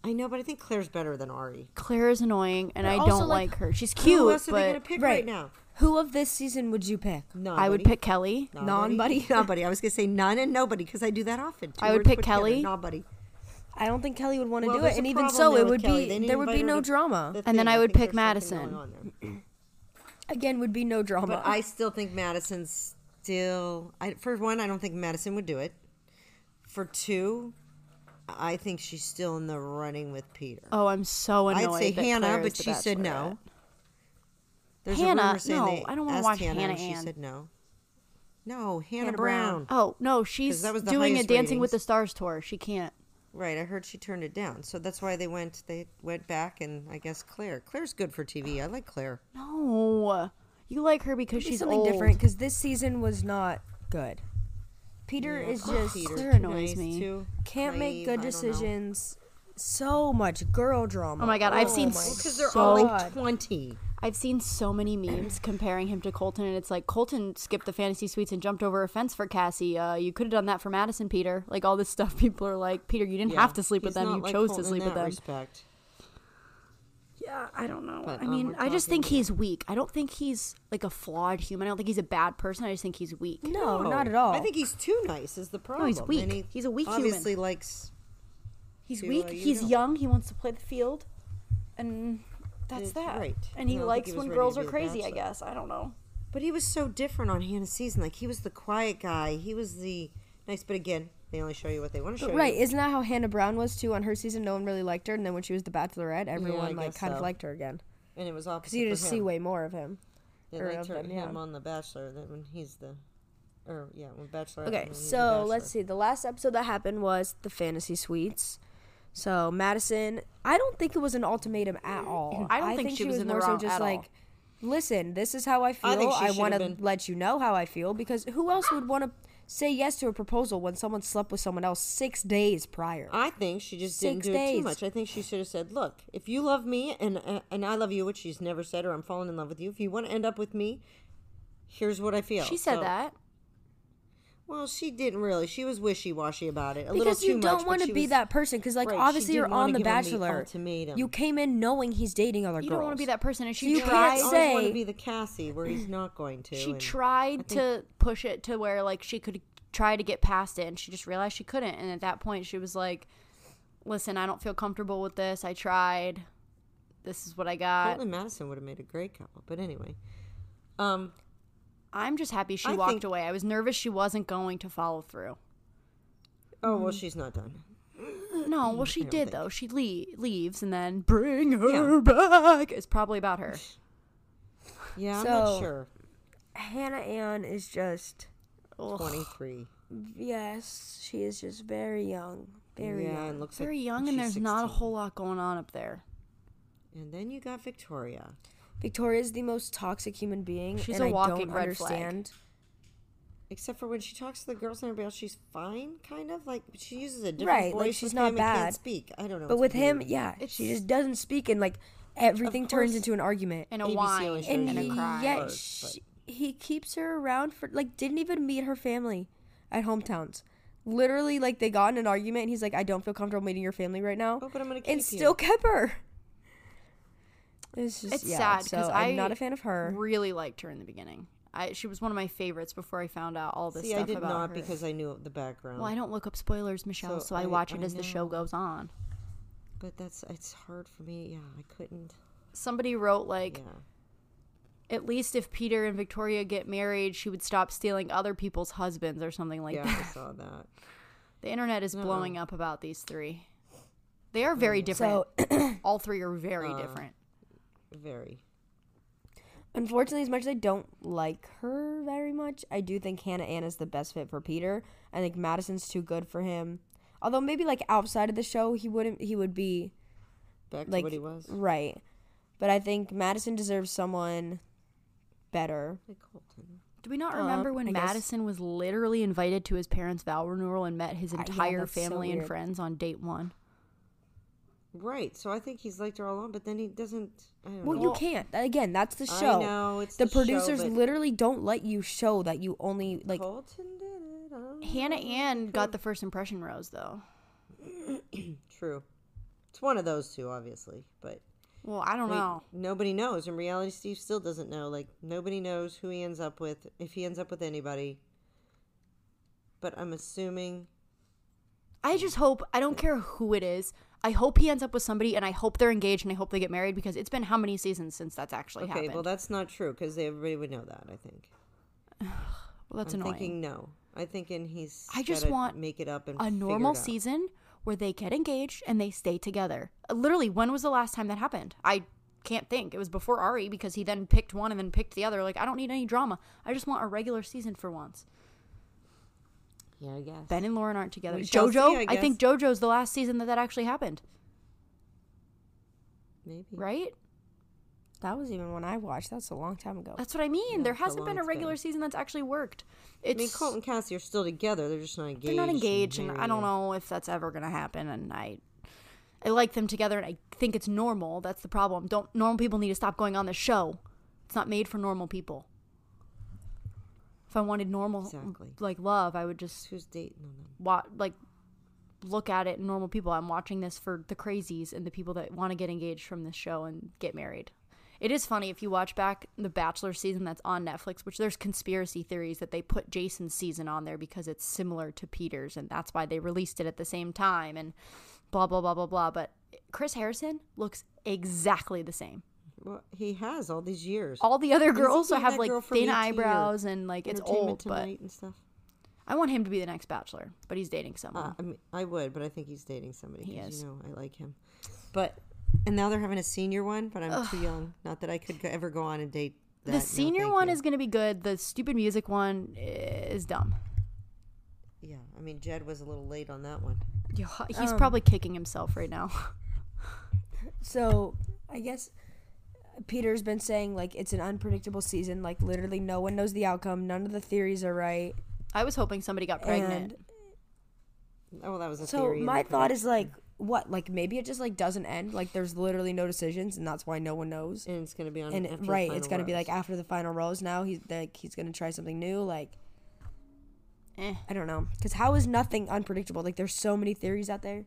[SPEAKER 3] I know, but I think Claire's better than Ari.
[SPEAKER 2] Claire is annoying, and I
[SPEAKER 1] also,
[SPEAKER 2] don't
[SPEAKER 1] like,
[SPEAKER 2] like her. She's
[SPEAKER 3] Who
[SPEAKER 2] cute,
[SPEAKER 3] else are they gonna
[SPEAKER 2] but
[SPEAKER 3] pick
[SPEAKER 1] right.
[SPEAKER 3] right, now?
[SPEAKER 1] Who of this season would you pick?
[SPEAKER 3] Nobody.
[SPEAKER 2] I would pick Kelly.
[SPEAKER 3] nobody. Nobody. I was gonna say none and nobody because I do that often. Two
[SPEAKER 2] I would
[SPEAKER 3] words
[SPEAKER 2] pick
[SPEAKER 3] put together,
[SPEAKER 2] Kelly.
[SPEAKER 3] Nobody.
[SPEAKER 1] I don't think Kelly would want to
[SPEAKER 3] Well,
[SPEAKER 1] do
[SPEAKER 3] there's
[SPEAKER 1] it,
[SPEAKER 3] a
[SPEAKER 1] and even
[SPEAKER 3] problem
[SPEAKER 1] so,
[SPEAKER 3] there
[SPEAKER 1] it
[SPEAKER 3] with
[SPEAKER 1] would
[SPEAKER 3] Kelly. They
[SPEAKER 1] be
[SPEAKER 3] didn't
[SPEAKER 1] there would
[SPEAKER 3] invite
[SPEAKER 1] be
[SPEAKER 3] her
[SPEAKER 1] no
[SPEAKER 3] to
[SPEAKER 1] drama.
[SPEAKER 3] The
[SPEAKER 2] And then
[SPEAKER 3] thing,
[SPEAKER 2] I would
[SPEAKER 3] think
[SPEAKER 2] pick
[SPEAKER 3] there's something
[SPEAKER 2] Madison.
[SPEAKER 3] going on there.
[SPEAKER 1] Again, would be no drama.
[SPEAKER 3] But I still think Madison still. I, for one, I don't think Madison would do it. for two, I think she's still in the running with Peter.
[SPEAKER 2] Oh, I'm so annoyed.
[SPEAKER 3] I'd say
[SPEAKER 2] that
[SPEAKER 3] Hannah,
[SPEAKER 2] Claire is
[SPEAKER 3] but
[SPEAKER 2] the
[SPEAKER 3] she said no.
[SPEAKER 2] Bachelorette.
[SPEAKER 3] There's
[SPEAKER 2] Hannah,
[SPEAKER 3] a rumor saying
[SPEAKER 2] no,
[SPEAKER 3] they
[SPEAKER 2] I don't wanna
[SPEAKER 3] asked
[SPEAKER 2] watch
[SPEAKER 3] Hannah,
[SPEAKER 2] Hannah
[SPEAKER 3] and she
[SPEAKER 2] Ann.
[SPEAKER 3] said no. No, Hannah,
[SPEAKER 1] Hannah Brown.
[SPEAKER 3] Brown.
[SPEAKER 2] Oh no, she's
[SPEAKER 3] that was the
[SPEAKER 2] doing a
[SPEAKER 3] highest
[SPEAKER 2] Dancing with
[SPEAKER 3] ratings.
[SPEAKER 2] the Stars tour. She can't.
[SPEAKER 3] Right, I heard she turned it down, so that's why they went. They went back, and I guess Claire. Claire's good for TV. I like Claire.
[SPEAKER 2] No, you like her because
[SPEAKER 1] Maybe
[SPEAKER 2] she's
[SPEAKER 1] something
[SPEAKER 2] old.
[SPEAKER 1] different because this season was not good. Peter is just
[SPEAKER 2] Claire annoys me.
[SPEAKER 1] can't make
[SPEAKER 3] naive,
[SPEAKER 1] good
[SPEAKER 3] I don't know.
[SPEAKER 1] decisions. So much girl drama.
[SPEAKER 2] Oh my god, I've seen
[SPEAKER 1] my
[SPEAKER 2] so
[SPEAKER 3] Because they're all
[SPEAKER 2] Oh
[SPEAKER 3] like
[SPEAKER 1] God.
[SPEAKER 3] twenty.
[SPEAKER 2] I've seen so many memes comparing him to Colton, and it's like Colton skipped the fantasy suites and jumped over a fence for Cassie. Uh, you could have done that for Madison, Peter. Like all this stuff, people are like, Peter, you didn't have to sleep with
[SPEAKER 3] He's
[SPEAKER 2] them.
[SPEAKER 3] not
[SPEAKER 2] You
[SPEAKER 3] like
[SPEAKER 2] chose
[SPEAKER 3] Colton
[SPEAKER 2] to
[SPEAKER 3] in
[SPEAKER 2] sleep with
[SPEAKER 3] that
[SPEAKER 2] them.
[SPEAKER 3] Respect.
[SPEAKER 2] Yeah, I don't know.
[SPEAKER 3] But,
[SPEAKER 2] I
[SPEAKER 3] um,
[SPEAKER 2] mean,
[SPEAKER 3] we're
[SPEAKER 2] I just
[SPEAKER 3] talking
[SPEAKER 2] think he's weak. I don't think he's like a flawed human. I don't think he's a bad person. I just think he's weak.
[SPEAKER 1] No,
[SPEAKER 3] No,
[SPEAKER 1] not at all.
[SPEAKER 3] I think he's too nice. Is the problem?
[SPEAKER 2] he's
[SPEAKER 3] And
[SPEAKER 2] weak.
[SPEAKER 3] he
[SPEAKER 2] He's a weak human.
[SPEAKER 3] Obviously, likes.
[SPEAKER 2] He's
[SPEAKER 3] See,
[SPEAKER 2] weak.
[SPEAKER 3] well, you
[SPEAKER 2] He's
[SPEAKER 3] don't.
[SPEAKER 2] young. He wants to play the field, and that's
[SPEAKER 3] That's
[SPEAKER 2] that.
[SPEAKER 3] right.
[SPEAKER 2] And he
[SPEAKER 3] I don't think
[SPEAKER 2] likes
[SPEAKER 3] he was
[SPEAKER 2] when
[SPEAKER 3] ready to
[SPEAKER 2] girls
[SPEAKER 3] be
[SPEAKER 2] are
[SPEAKER 3] the
[SPEAKER 2] crazy. I
[SPEAKER 3] bachelor.
[SPEAKER 2] guess I don't know.
[SPEAKER 3] But he was so different on Hannah's season. Like he was the quiet guy. He was the nice. But again, they only show you what they want to show
[SPEAKER 1] But
[SPEAKER 3] you.
[SPEAKER 1] right, isn't that how Hannah Brown was too? On her season, no one really liked her, and then when she was the Bachelorette, everyone like
[SPEAKER 3] guess
[SPEAKER 1] kind of
[SPEAKER 3] so.
[SPEAKER 1] liked her again
[SPEAKER 3] And it was
[SPEAKER 1] because
[SPEAKER 3] opposite.
[SPEAKER 1] you
[SPEAKER 3] for
[SPEAKER 1] just see
[SPEAKER 3] him.
[SPEAKER 1] way more of him.
[SPEAKER 3] They
[SPEAKER 1] or
[SPEAKER 3] liked
[SPEAKER 1] of
[SPEAKER 3] her,
[SPEAKER 1] them, yeah.
[SPEAKER 3] him on The Bachelor. Then when he's the, or yeah, when Bachelor.
[SPEAKER 1] Okay, so let's see. The last episode that happened was the fantasy suites. So Madison, I don't think it was an ultimatum at all.
[SPEAKER 2] I don't think she was in the wrong at all.
[SPEAKER 1] listen, this is how I feel.
[SPEAKER 3] I think she
[SPEAKER 1] I,
[SPEAKER 3] should
[SPEAKER 1] want
[SPEAKER 3] have
[SPEAKER 1] to
[SPEAKER 3] been.
[SPEAKER 1] let you know how I feel because who else would want to say yes to a proposal when someone slept with someone else six days prior?
[SPEAKER 3] I think she just didn't
[SPEAKER 1] Six
[SPEAKER 3] do it too
[SPEAKER 1] days.
[SPEAKER 3] much. I think she should have said, "Look, if you love me and uh, and I love you," which she's never said, or I'm falling in love with you. If you want to end up with me, here's what I feel.
[SPEAKER 2] She said
[SPEAKER 3] So-
[SPEAKER 2] that.
[SPEAKER 3] Well, she didn't really. She was wishy washy about it. A little
[SPEAKER 1] because
[SPEAKER 3] too
[SPEAKER 1] you
[SPEAKER 3] much,
[SPEAKER 1] don't
[SPEAKER 3] but
[SPEAKER 1] want to
[SPEAKER 3] she
[SPEAKER 1] be
[SPEAKER 3] was-
[SPEAKER 1] that person because like
[SPEAKER 3] Right, she
[SPEAKER 1] obviously you're
[SPEAKER 3] didn't wanna
[SPEAKER 1] on the
[SPEAKER 3] give him the
[SPEAKER 1] bachelor
[SPEAKER 3] ultimatum.
[SPEAKER 1] you came in knowing he's dating other
[SPEAKER 2] You
[SPEAKER 1] girls
[SPEAKER 2] don't want to be that person. And she
[SPEAKER 1] you
[SPEAKER 2] tried.
[SPEAKER 1] can't
[SPEAKER 3] I always want
[SPEAKER 1] say-
[SPEAKER 3] to be the Cassie where he's not going to.
[SPEAKER 2] she
[SPEAKER 3] and-
[SPEAKER 2] tried to push it to where like she could try to get past it, and she just realized she couldn't. And at that point, she was like, "Listen, I don't feel comfortable with this. I tried. This is what I got.
[SPEAKER 3] Colton and Madison would have made a great couple, but anyway, um,
[SPEAKER 2] I'm just happy she
[SPEAKER 3] I
[SPEAKER 2] walked
[SPEAKER 3] think-
[SPEAKER 2] away. I was nervous she wasn't going to follow through.
[SPEAKER 3] oh well,
[SPEAKER 2] Mm.
[SPEAKER 3] she's not done. Uh,
[SPEAKER 2] No, well, she did though. She le- leaves and then bring her
[SPEAKER 3] Yeah.
[SPEAKER 2] back. It's probably about her.
[SPEAKER 3] Yeah, I'm not
[SPEAKER 1] So-
[SPEAKER 3] sure.
[SPEAKER 1] hannah ann is just
[SPEAKER 2] Ugh.
[SPEAKER 3] Twenty three.
[SPEAKER 1] yes she is just very young very
[SPEAKER 3] yeah,
[SPEAKER 1] young
[SPEAKER 3] and looks
[SPEAKER 2] Very
[SPEAKER 3] like
[SPEAKER 2] young, and
[SPEAKER 3] she's
[SPEAKER 2] there's not a
[SPEAKER 3] 16.
[SPEAKER 2] whole lot going on up there.
[SPEAKER 3] And then you got Victoria.
[SPEAKER 1] victoria is the most toxic human being
[SPEAKER 2] She's
[SPEAKER 1] and
[SPEAKER 2] a
[SPEAKER 1] I
[SPEAKER 2] walking
[SPEAKER 1] don't
[SPEAKER 2] red flag.
[SPEAKER 1] understand
[SPEAKER 3] Except for when she talks to the girls and everybody else, she's fine, kind of like she uses a different
[SPEAKER 1] Right,
[SPEAKER 3] voice.
[SPEAKER 1] like, she's
[SPEAKER 3] with
[SPEAKER 1] not
[SPEAKER 3] him and
[SPEAKER 1] bad.
[SPEAKER 3] Can't speak. I don't know.
[SPEAKER 1] but
[SPEAKER 3] it's
[SPEAKER 1] with him
[SPEAKER 3] weird.
[SPEAKER 1] yeah she
[SPEAKER 2] It's-
[SPEAKER 1] just doesn't speak and like everything turns
[SPEAKER 3] course.
[SPEAKER 1] into an argument
[SPEAKER 2] And a
[SPEAKER 3] ABC
[SPEAKER 2] whine
[SPEAKER 3] always shows
[SPEAKER 2] and,
[SPEAKER 1] and,
[SPEAKER 2] a
[SPEAKER 1] he-
[SPEAKER 2] cry.
[SPEAKER 1] yet
[SPEAKER 3] Right,
[SPEAKER 1] she- he keeps her around for like didn't even meet her family at hometowns literally like they got in an argument and he's like i don't feel comfortable meeting your family right now
[SPEAKER 3] Oh, but I'm gonna keep
[SPEAKER 1] and
[SPEAKER 3] you.
[SPEAKER 1] still kept her it's just
[SPEAKER 2] It's
[SPEAKER 1] yeah,
[SPEAKER 2] sad
[SPEAKER 1] so
[SPEAKER 2] because
[SPEAKER 1] i'm
[SPEAKER 2] I
[SPEAKER 1] not a fan of her
[SPEAKER 2] Really liked her in the beginning. I, she was one of my favorites before I found out all this
[SPEAKER 3] See,
[SPEAKER 2] stuff
[SPEAKER 3] I did
[SPEAKER 2] about
[SPEAKER 3] not
[SPEAKER 2] her.
[SPEAKER 3] because I knew the background.
[SPEAKER 2] well, I don't look up spoilers, Michelle, so,
[SPEAKER 3] So
[SPEAKER 2] I,
[SPEAKER 3] I-
[SPEAKER 2] watch it
[SPEAKER 3] I
[SPEAKER 2] as the show
[SPEAKER 3] know.
[SPEAKER 2] goes on.
[SPEAKER 3] But that's it's hard for me. Yeah, I couldn't.
[SPEAKER 2] Somebody wrote like,
[SPEAKER 3] Yeah.
[SPEAKER 2] at least if Peter and Victoria get married, she would stop stealing other people's husbands or something like
[SPEAKER 3] yeah, Uh-uh.
[SPEAKER 2] that.
[SPEAKER 3] I saw that.
[SPEAKER 2] The internet is blowing up about these three. They are
[SPEAKER 3] Uh-huh.
[SPEAKER 2] very different.
[SPEAKER 1] so
[SPEAKER 2] all three are very different.
[SPEAKER 3] Very.
[SPEAKER 1] unfortunately as much as i don't like her very much i do think hannah ann is the best fit for peter i think madison's too good for him although maybe like outside of the show he wouldn't he would be
[SPEAKER 3] Back to
[SPEAKER 1] like
[SPEAKER 3] what he was.
[SPEAKER 1] right but i think madison deserves someone better
[SPEAKER 3] Like Colton.
[SPEAKER 2] Do we not
[SPEAKER 1] Uh,
[SPEAKER 2] remember when
[SPEAKER 1] I guess-
[SPEAKER 2] Madison was literally invited to his parents' vow renewal and met his
[SPEAKER 1] yeah,
[SPEAKER 2] entire
[SPEAKER 1] that's so
[SPEAKER 2] family and
[SPEAKER 1] weird.
[SPEAKER 2] friends on date one?
[SPEAKER 3] Right. So I think he's liked her all along, but then he doesn't. I don't
[SPEAKER 1] well
[SPEAKER 3] know.
[SPEAKER 1] you can't That- again that's the
[SPEAKER 3] I
[SPEAKER 1] show
[SPEAKER 3] know, it's
[SPEAKER 1] the,
[SPEAKER 3] the show,
[SPEAKER 1] producers
[SPEAKER 3] but-
[SPEAKER 1] literally don't let you show that you only like
[SPEAKER 3] Colton did it. oh, I don't know.
[SPEAKER 2] Hannah Ann got the first impression rose though.
[SPEAKER 3] True. It's one of those two, obviously, but
[SPEAKER 2] Well, I don't
[SPEAKER 3] we-
[SPEAKER 2] know.
[SPEAKER 3] nobody knows. In reality, Steve still doesn't know. Like nobody knows who he ends up with, if he ends up with anybody. But I'm assuming
[SPEAKER 2] I just hope I don't care who it is. I hope he ends up with somebody, and I hope they're engaged, and I hope they get married because it's been how many seasons since that's actually
[SPEAKER 3] okay.
[SPEAKER 2] happened?
[SPEAKER 3] Well,
[SPEAKER 2] Well,
[SPEAKER 3] that's not true because everybody would know that. I think.
[SPEAKER 2] that's
[SPEAKER 3] I'm
[SPEAKER 2] annoying.
[SPEAKER 3] thinking no. I think and he's
[SPEAKER 2] I just
[SPEAKER 3] gotta
[SPEAKER 2] want
[SPEAKER 3] make it up and
[SPEAKER 2] a
[SPEAKER 3] figure it
[SPEAKER 2] normal
[SPEAKER 3] out.
[SPEAKER 2] season where they get engaged and they stay together. Uh, Literally, when was the last time that happened? I can't think. It was before Ari because he then picked one and then picked the other. Like, I don't need any drama. I just want a regular season for once.
[SPEAKER 3] Yeah, I guess.
[SPEAKER 2] Ben and Lauren aren't together.
[SPEAKER 3] We shall see,
[SPEAKER 2] JoJo,
[SPEAKER 3] I
[SPEAKER 2] I, think JoJo's the last season that that actually happened,
[SPEAKER 3] Maybe.
[SPEAKER 2] right?
[SPEAKER 1] That was even when I watched. That's a long time ago.
[SPEAKER 2] That's what I mean.
[SPEAKER 3] Oh, Yeah,
[SPEAKER 2] there
[SPEAKER 3] it's a
[SPEAKER 2] hasn't been
[SPEAKER 3] long
[SPEAKER 2] a
[SPEAKER 3] time.
[SPEAKER 2] regular season that's actually worked. It's
[SPEAKER 3] I mean, Colt and Cassie are still together. They're just not engaged.
[SPEAKER 2] they're not engaged, and
[SPEAKER 3] married
[SPEAKER 2] I don't know if that's ever gonna happen. And I, I like them together, and I think it's normal. That's the problem. Don't normal people need to stop going on the show? It's not made for normal people. If I wanted normal,
[SPEAKER 3] Exactly.
[SPEAKER 2] like love, I would just
[SPEAKER 3] Who's dating them?
[SPEAKER 2] wa like look at it normal people i'm watching this for the crazies and the people that want to get engaged from this show and get married it is funny if you watch back the bachelor season that's on netflix which there's conspiracy theories that they put jason's season on there because it's similar to peter's and that's why they released it at the same time and blah blah blah blah blah but chris harrison looks exactly the same
[SPEAKER 3] Well, he has all these years.
[SPEAKER 2] all the other
[SPEAKER 3] Isn't
[SPEAKER 2] girls
[SPEAKER 3] he
[SPEAKER 2] have
[SPEAKER 3] that
[SPEAKER 2] like
[SPEAKER 3] girl from
[SPEAKER 2] thin
[SPEAKER 3] ET or
[SPEAKER 2] eyebrows and like it's
[SPEAKER 3] Entertainment
[SPEAKER 2] old but
[SPEAKER 3] Tonight and stuff.
[SPEAKER 2] i want him to be the next bachelor but he's dating someone
[SPEAKER 3] Uh, I mean, I would, but I think he's dating somebody.
[SPEAKER 2] He
[SPEAKER 3] 'cause
[SPEAKER 2] is.
[SPEAKER 3] You know, I like him. But and now they're having a senior one, but I'm too young. Not that I could go, ever go on and date. That.
[SPEAKER 2] the senior one is going to be good. The stupid music one is dumb.
[SPEAKER 3] Yeah, I mean, Jed was a little late on that one.
[SPEAKER 2] Yeah, He's probably kicking himself right now.
[SPEAKER 1] So I guess Peter's been saying like it's an unpredictable season. Like literally, no one knows the outcome. None of the theories are right.
[SPEAKER 2] I was hoping somebody got pregnant.
[SPEAKER 1] And
[SPEAKER 3] Oh, well, that was a
[SPEAKER 1] so
[SPEAKER 3] theory. in
[SPEAKER 1] my
[SPEAKER 3] the
[SPEAKER 1] thought
[SPEAKER 3] pre-
[SPEAKER 1] is like, what? Like maybe it just like doesn't end. Like there's literally no decisions, and that's why no one knows.
[SPEAKER 3] and it's gonna be on.
[SPEAKER 1] and it-
[SPEAKER 3] after the
[SPEAKER 1] right, it's
[SPEAKER 3] final
[SPEAKER 1] gonna be
[SPEAKER 3] rose.
[SPEAKER 1] like after the final rose. Now he's like he's gonna try something new. Like
[SPEAKER 2] Eh.
[SPEAKER 1] I don't know, because how is nothing unpredictable? Like there's so many theories out there.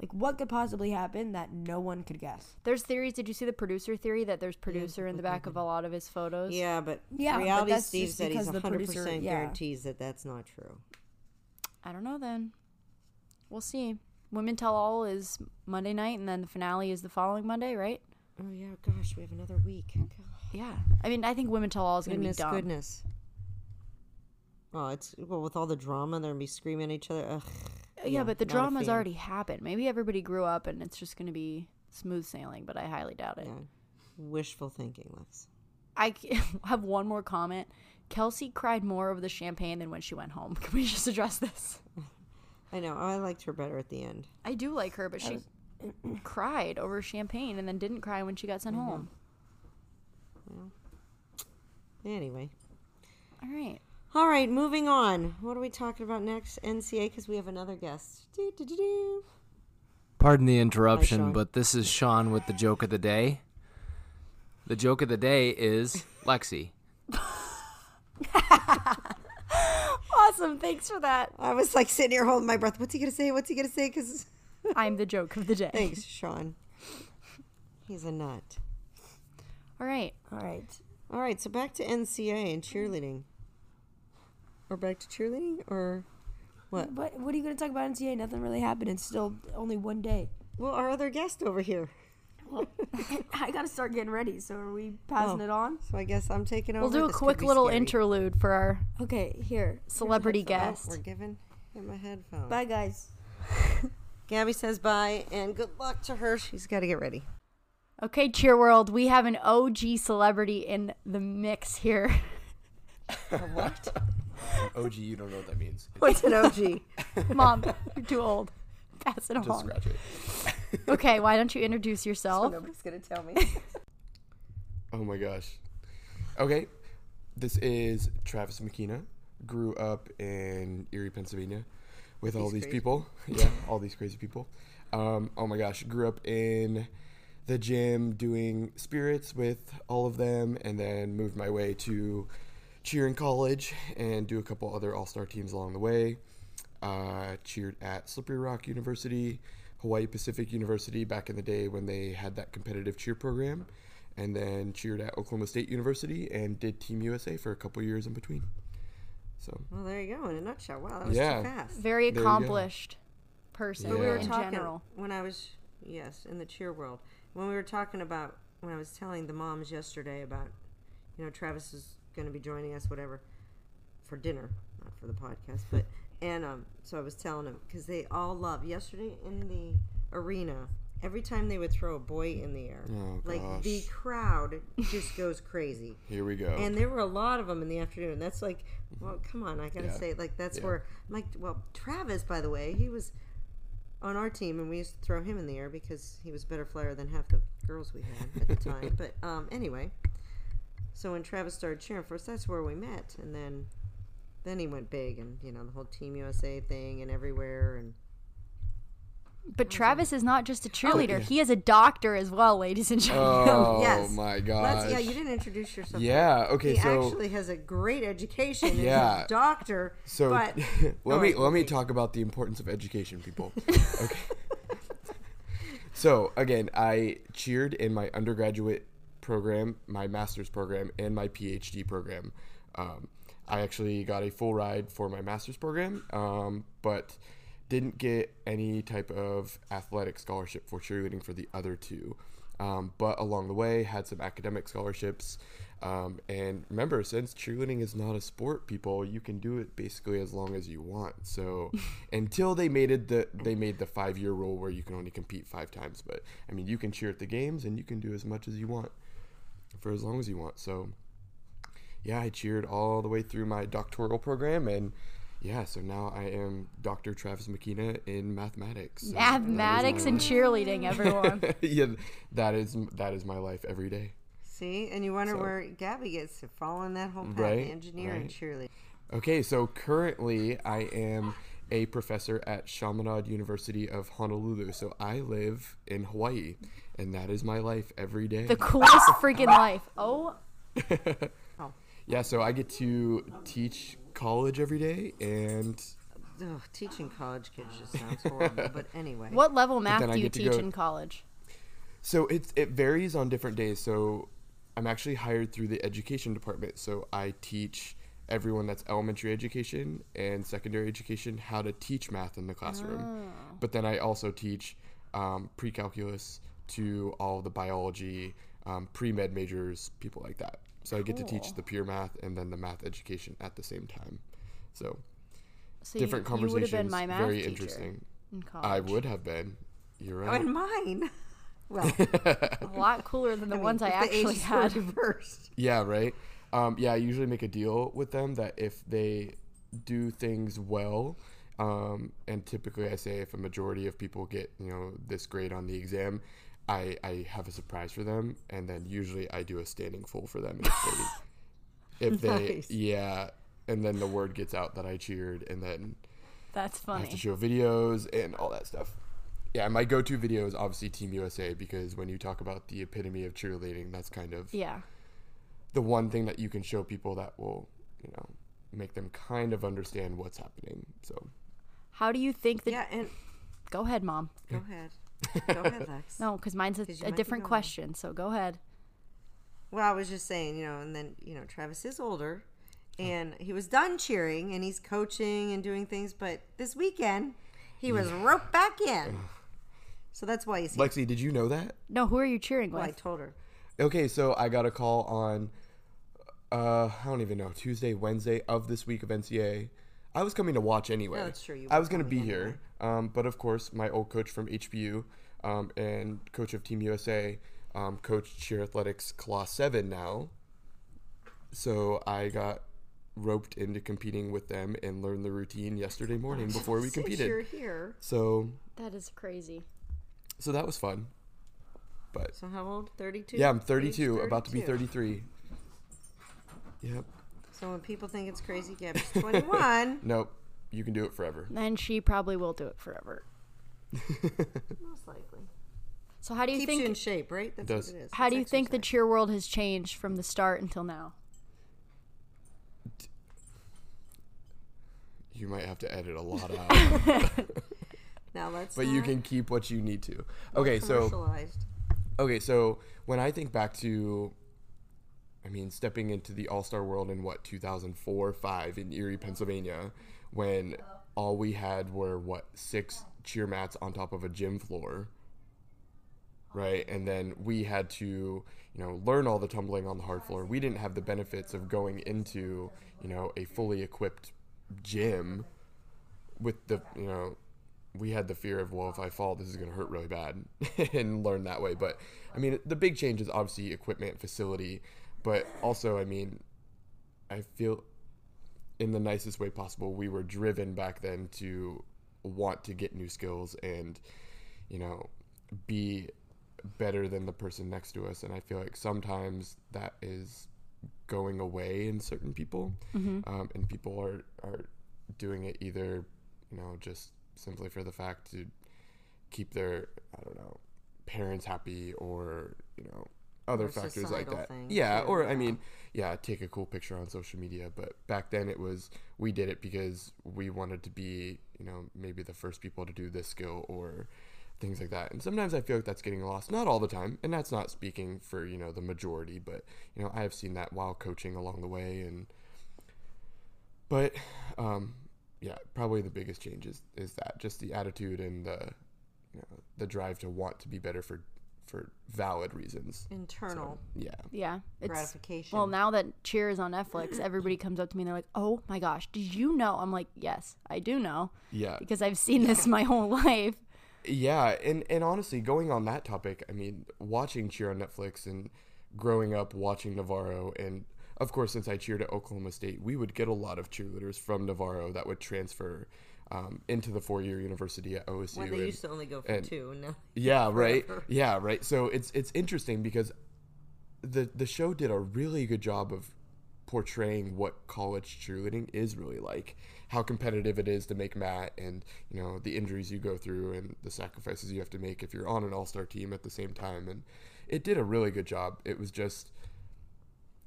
[SPEAKER 1] Like what could possibly happen that no one could guess?
[SPEAKER 2] There's theories. Did you see the producer theory that there's producer in the back of a lot of his photos?
[SPEAKER 3] Yeah, but
[SPEAKER 1] Yeah, but
[SPEAKER 3] reality
[SPEAKER 1] that's
[SPEAKER 3] Steve
[SPEAKER 1] just
[SPEAKER 3] said he's
[SPEAKER 1] because the
[SPEAKER 3] 100%
[SPEAKER 1] producer- yeah.
[SPEAKER 3] guarantees that that's not true.
[SPEAKER 2] I don't know then. We'll see. Women Tell All is Monday night, and then the finale is the following Monday, right?
[SPEAKER 3] Oh yeah, gosh, we have another week.
[SPEAKER 2] Yeah. I mean, I think Women Tell All is going to be
[SPEAKER 3] Goodness,
[SPEAKER 2] dumb.
[SPEAKER 3] goodness. Oh, it's well with all the drama, they're gonna be screaming at each other. Ugh.
[SPEAKER 2] Uh, Yeah, but the
[SPEAKER 3] not a
[SPEAKER 2] drama's
[SPEAKER 3] fan.
[SPEAKER 2] already happened. Maybe everybody grew up, and it's just going to be smooth sailing, but I highly doubt it.
[SPEAKER 3] Yeah. Wishful thinking, Lex.
[SPEAKER 2] I c- have one more comment. Kelsey cried more over the champagne than when she went home. Can we just address this?
[SPEAKER 3] I know. I liked her better at the end.
[SPEAKER 2] I do like her, but she cried over champagne and then didn't cry when she got sent home.
[SPEAKER 3] Anyway.
[SPEAKER 2] All right.
[SPEAKER 3] All right, moving on. What are we talking about next? NCA, because we have another guest. Do, do, do, do.
[SPEAKER 4] Pardon the interruption,
[SPEAKER 3] Sean.
[SPEAKER 4] but this is Sean with the joke of the day. The joke of the day is Lexi.
[SPEAKER 2] Awesome. Thanks for that.
[SPEAKER 3] I was like sitting here holding my breath. What's he gonna say? What's he gonna say? Because
[SPEAKER 2] I'm the joke of the day.
[SPEAKER 3] thanks, Sean. He's a nut.
[SPEAKER 2] All right.
[SPEAKER 1] All right,
[SPEAKER 3] All right, so back to NCA and
[SPEAKER 2] Mm-hmm.
[SPEAKER 3] cheerleading, or back to cheerleading, or what?
[SPEAKER 1] what what are you gonna talk about NCA? Nothing really happened. It's still only one day.
[SPEAKER 3] Well, our other guest over here.
[SPEAKER 1] I gotta start getting ready. So are we passing
[SPEAKER 3] Oh.
[SPEAKER 1] it on?
[SPEAKER 3] So I guess I'm taking over.
[SPEAKER 2] We'll do a
[SPEAKER 3] This could
[SPEAKER 2] quick
[SPEAKER 3] be
[SPEAKER 2] little
[SPEAKER 3] scary.
[SPEAKER 2] interlude for our
[SPEAKER 1] Okay, here.
[SPEAKER 2] celebrity
[SPEAKER 3] Oh,
[SPEAKER 2] guest.
[SPEAKER 3] we're giving him a headphone.
[SPEAKER 1] Bye, guys.
[SPEAKER 3] Gabby says bye, and good luck to her. She's got to get ready.
[SPEAKER 2] Okay, cheer world. We have an OG celebrity in the mix here.
[SPEAKER 5] OG, you don't know what that means.
[SPEAKER 3] What's an OG?
[SPEAKER 2] Mom, you're too old. Pass it
[SPEAKER 5] Just
[SPEAKER 2] along.
[SPEAKER 5] scratch it.
[SPEAKER 2] Okay, why don't you introduce yourself?
[SPEAKER 3] Nobody's gonna tell me.
[SPEAKER 5] Oh my gosh. Okay, this is Travis McKenna. Grew up in Erie, Pennsylvania, with all
[SPEAKER 3] He's
[SPEAKER 5] these
[SPEAKER 3] crazy.
[SPEAKER 5] people. Yeah, all these crazy people. Um, oh my gosh, grew up in the gym doing spirits with all of them, and then moved my way to cheer in college and do a couple other all star teams along the way. Uh, cheered at Slippery Rock University, Hawaii Pacific University back in the day when they had that competitive cheer program, and then cheered at Oklahoma State University and did Team USA for a couple years in between. So
[SPEAKER 3] Well, there you go. In a nutshell. Wow, that was
[SPEAKER 5] Yeah.
[SPEAKER 3] too fast.
[SPEAKER 2] very
[SPEAKER 5] There you go.
[SPEAKER 2] accomplished person
[SPEAKER 5] But we were
[SPEAKER 2] in
[SPEAKER 5] talking-
[SPEAKER 2] general.
[SPEAKER 3] when I was yes in the cheer world when we were talking about when I was telling the moms yesterday about you know Travis is going to be joining us whatever for dinner. not for the podcast, but and um, so I was telling them because they all love yesterday in the arena. Every time they would throw a boy in the air,
[SPEAKER 5] Oh,
[SPEAKER 3] like
[SPEAKER 5] gosh.
[SPEAKER 3] the crowd just goes crazy.
[SPEAKER 5] Here we go.
[SPEAKER 3] And there were a lot of them in the afternoon. That's like, well, come on, I gotta
[SPEAKER 5] Yeah.
[SPEAKER 3] say, like that's
[SPEAKER 5] Yeah.
[SPEAKER 3] where I'm like, well, Travis, by the way, he was on our team, and we used to throw him in the air because he was a better flyer than half the girls we had at the time. but um, anyway, so when Travis started cheering for us, that's where we met, and then then he went big, and you know the whole Team USA thing and everywhere, and
[SPEAKER 2] But Travis is not just a cheerleader;
[SPEAKER 5] Oh, yeah.
[SPEAKER 2] he is a doctor as well, ladies and gentlemen.
[SPEAKER 5] oh
[SPEAKER 3] Yes.
[SPEAKER 5] my
[SPEAKER 3] Let's-
[SPEAKER 5] gosh.
[SPEAKER 3] yeah, you didn't introduce yourself.
[SPEAKER 5] Yeah, okay,
[SPEAKER 3] He
[SPEAKER 5] so
[SPEAKER 3] actually has a great education. and he's a
[SPEAKER 5] Yeah.
[SPEAKER 3] doctor.
[SPEAKER 5] so
[SPEAKER 3] but,
[SPEAKER 5] let
[SPEAKER 3] All
[SPEAKER 5] me
[SPEAKER 3] right,
[SPEAKER 5] let me
[SPEAKER 3] okay.
[SPEAKER 5] talk about the importance of education, people. okay. So again, I cheered in my undergraduate program, my master's program, and my PhD program. Um, I actually got a full ride for my master's program, um, but didn't get any type of athletic scholarship for cheerleading for the other two. Um, but along the way, had some academic scholarships. Um, and remember, since cheerleading is not a sport, people, you can do it basically as long as you want. So until they made it the they made the five year rule where you can only compete five times, but I mean you can cheer at the games and you can do as much as you want for as long as you want. So yeah, I cheered all the way through my doctoral program and yeah, so now I am Dr. Travis McKenna in mathematics. So that is
[SPEAKER 2] Mathematics
[SPEAKER 5] my
[SPEAKER 2] and cheerleading, everyone.
[SPEAKER 5] life. yeah, that is that is my life every day.
[SPEAKER 3] See, and you wonder
[SPEAKER 5] So-
[SPEAKER 3] where Gabby gets to fall in that whole path,
[SPEAKER 5] Right,
[SPEAKER 3] engineering
[SPEAKER 5] right.
[SPEAKER 3] cheerleader.
[SPEAKER 5] Okay, so currently I am a professor at Chaminade University of Honolulu. So I live in Hawaii, and that is my life every day.
[SPEAKER 2] the coolest freaking life. Oh,
[SPEAKER 5] yeah, so I get to teach college every day, and
[SPEAKER 3] Ugh, teaching college kids just sounds horrible. but anyway,
[SPEAKER 2] what level math
[SPEAKER 5] then I
[SPEAKER 2] do you
[SPEAKER 5] get to
[SPEAKER 2] teach
[SPEAKER 5] go-
[SPEAKER 2] in college?
[SPEAKER 5] so it it varies on different days. So I'm actually hired through the education department. So I teach everyone that's elementary education and secondary education how to teach math in the classroom.
[SPEAKER 2] Ah.
[SPEAKER 5] But then I also teach um, pre-calculus to all the biology, um, pre-med majors, people like that. So I get to teach the pure math and then the math education at the same time. So
[SPEAKER 2] So
[SPEAKER 5] different
[SPEAKER 2] you, you would
[SPEAKER 5] conversations,
[SPEAKER 2] have been my math
[SPEAKER 5] very
[SPEAKER 2] teacher
[SPEAKER 5] interesting.
[SPEAKER 2] in college.
[SPEAKER 5] I would have been. You're
[SPEAKER 3] oh,
[SPEAKER 5] right.
[SPEAKER 3] and mine. Well,
[SPEAKER 2] a lot cooler than the ones I
[SPEAKER 3] if the
[SPEAKER 2] actually
[SPEAKER 3] ages were
[SPEAKER 2] had.
[SPEAKER 3] reversed.
[SPEAKER 5] Yeah, right. Um, yeah, I usually make a deal with them that if they do things well, um, and typically I say if a majority of people get you know this grade on the exam, I I have a surprise for them, and then usually I do a standing full for them if they, if they
[SPEAKER 3] Nice.
[SPEAKER 5] yeah, and then the word gets out that I cheered, and then
[SPEAKER 2] That's
[SPEAKER 5] I have to
[SPEAKER 2] funny.
[SPEAKER 5] show videos and all that stuff. Yeah, my go-to video is obviously Team USA because when you talk about the epitome of cheerleading, that's kind of
[SPEAKER 2] Yeah.
[SPEAKER 5] the one thing that you can show people that will, you know, make them kind of understand what's happening. So
[SPEAKER 2] How do you think that?
[SPEAKER 3] Yeah, and
[SPEAKER 2] Go ahead, mom.
[SPEAKER 3] go ahead, go ahead, Lex.
[SPEAKER 2] No, because mine's a,
[SPEAKER 3] 'Cause you
[SPEAKER 2] a
[SPEAKER 3] might be
[SPEAKER 2] different
[SPEAKER 3] going.
[SPEAKER 2] question. So go ahead.
[SPEAKER 3] Well, I was just saying, you know, and then you know, Travis is older,
[SPEAKER 5] Oh.
[SPEAKER 3] and he was done cheering, and he's coaching and doing things, but this weekend he was roped back in. So that's why he's here.
[SPEAKER 5] Lexi, did you know that?
[SPEAKER 2] No, who are you cheering
[SPEAKER 3] Well, I
[SPEAKER 2] with?
[SPEAKER 3] told her.
[SPEAKER 5] Okay, so I got a call on uh I don't even know, Tuesday, Wednesday of this week of NCA. I was coming to watch anyway.
[SPEAKER 3] No, it's Oh, true, you
[SPEAKER 5] I
[SPEAKER 3] were
[SPEAKER 5] was going to be
[SPEAKER 3] coming
[SPEAKER 5] here. Um, but of course, my old coach from HBU um, and coach of Team USA, um, coach cheer athletics class 7 now. So I got roped into competing with them and learned the routine yesterday morning
[SPEAKER 3] Oh,
[SPEAKER 5] before we
[SPEAKER 3] Since
[SPEAKER 5] competed.
[SPEAKER 3] you're here,
[SPEAKER 5] So
[SPEAKER 2] That is crazy.
[SPEAKER 5] so that was fun. But
[SPEAKER 3] so how old? Thirty-two.
[SPEAKER 5] yeah, I'm
[SPEAKER 3] Age
[SPEAKER 5] 32, about to be
[SPEAKER 3] 32.
[SPEAKER 5] 33. Yep.
[SPEAKER 3] So when people think it's crazy, Gabby's 21.
[SPEAKER 5] Nope. You can do it forever.
[SPEAKER 2] And she probably will do it forever.
[SPEAKER 3] Most likely.
[SPEAKER 2] So how do you
[SPEAKER 3] Keeps
[SPEAKER 2] think?
[SPEAKER 3] you in shape, right? That's
[SPEAKER 5] Does.
[SPEAKER 3] what it is.
[SPEAKER 2] how do you
[SPEAKER 3] It's
[SPEAKER 2] think the
[SPEAKER 3] exercise.
[SPEAKER 2] cheer world has changed from the start until now?
[SPEAKER 5] You might have to edit a lot out,
[SPEAKER 3] Now let's.
[SPEAKER 5] but you
[SPEAKER 3] not
[SPEAKER 5] can keep what you need to. Okay, so
[SPEAKER 3] commercialized.
[SPEAKER 5] okay, so when I think back to I mean, stepping into the All Star world in what 2004, five in Erie, Pennsylvania, when all we had were what six cheer mats on top of a gym floor, right? And then we had to, you know, learn all the tumbling on the hard floor. We didn't have the benefits of going into, you know, a fully equipped gym with the you know we had the fear of well if i fall this is going to hurt really bad and learn that way but i mean the big change is obviously equipment facility but also i mean i feel in the nicest way possible we were driven back then to want to get new skills and you know be better than the person next to us and i feel like sometimes that is going away in certain people um, and people are are doing it either you know just simply for the fact to keep their i don't know parents happy or you know other
[SPEAKER 3] Or
[SPEAKER 5] factors like
[SPEAKER 3] societal
[SPEAKER 5] that
[SPEAKER 3] things,
[SPEAKER 5] yeah
[SPEAKER 3] too,
[SPEAKER 5] or i
[SPEAKER 3] yeah.
[SPEAKER 5] mean yeah take a cool picture on social media but back then it was we did it because we wanted to be you know maybe the first people to do this skill or things like that and sometimes i feel like that's getting lost not all the time and that's not speaking for you know the majority but you know i have seen that while coaching along the way and but um yeah probably the biggest change is, is that just the attitude and the you know the drive to want to be better for for valid reasons So,
[SPEAKER 3] Internal
[SPEAKER 5] yeah
[SPEAKER 2] Yeah. It's
[SPEAKER 3] gratification.
[SPEAKER 2] well now that Cheer is on Netflix, everybody comes up to me and they're like, "Oh my gosh, did you know?" I'm like, "Yes, I do know
[SPEAKER 3] Uh,
[SPEAKER 5] yeah
[SPEAKER 2] because I've seen this my whole life."
[SPEAKER 5] Yeah, and and honestly, going on that topic, I mean, watching cheer on Netflix and growing up watching Navarro, and of course, since I cheered at Oklahoma State, we would get a lot of cheerleaders from Navarro that would transfer um, into the four-year university at OSU.
[SPEAKER 3] when they
[SPEAKER 5] and-
[SPEAKER 3] used to only go for
[SPEAKER 5] and-
[SPEAKER 3] two, now
[SPEAKER 5] yeah, right.
[SPEAKER 3] forever.
[SPEAKER 5] Yeah, right. So it's it's interesting because the the show did a really good job of portraying what college cheerleading is really like, how competitive it is to make mat, and you know the injuries you go through and the sacrifices you have to make if you're on an all star team at the same time, and it did a really good job. It was just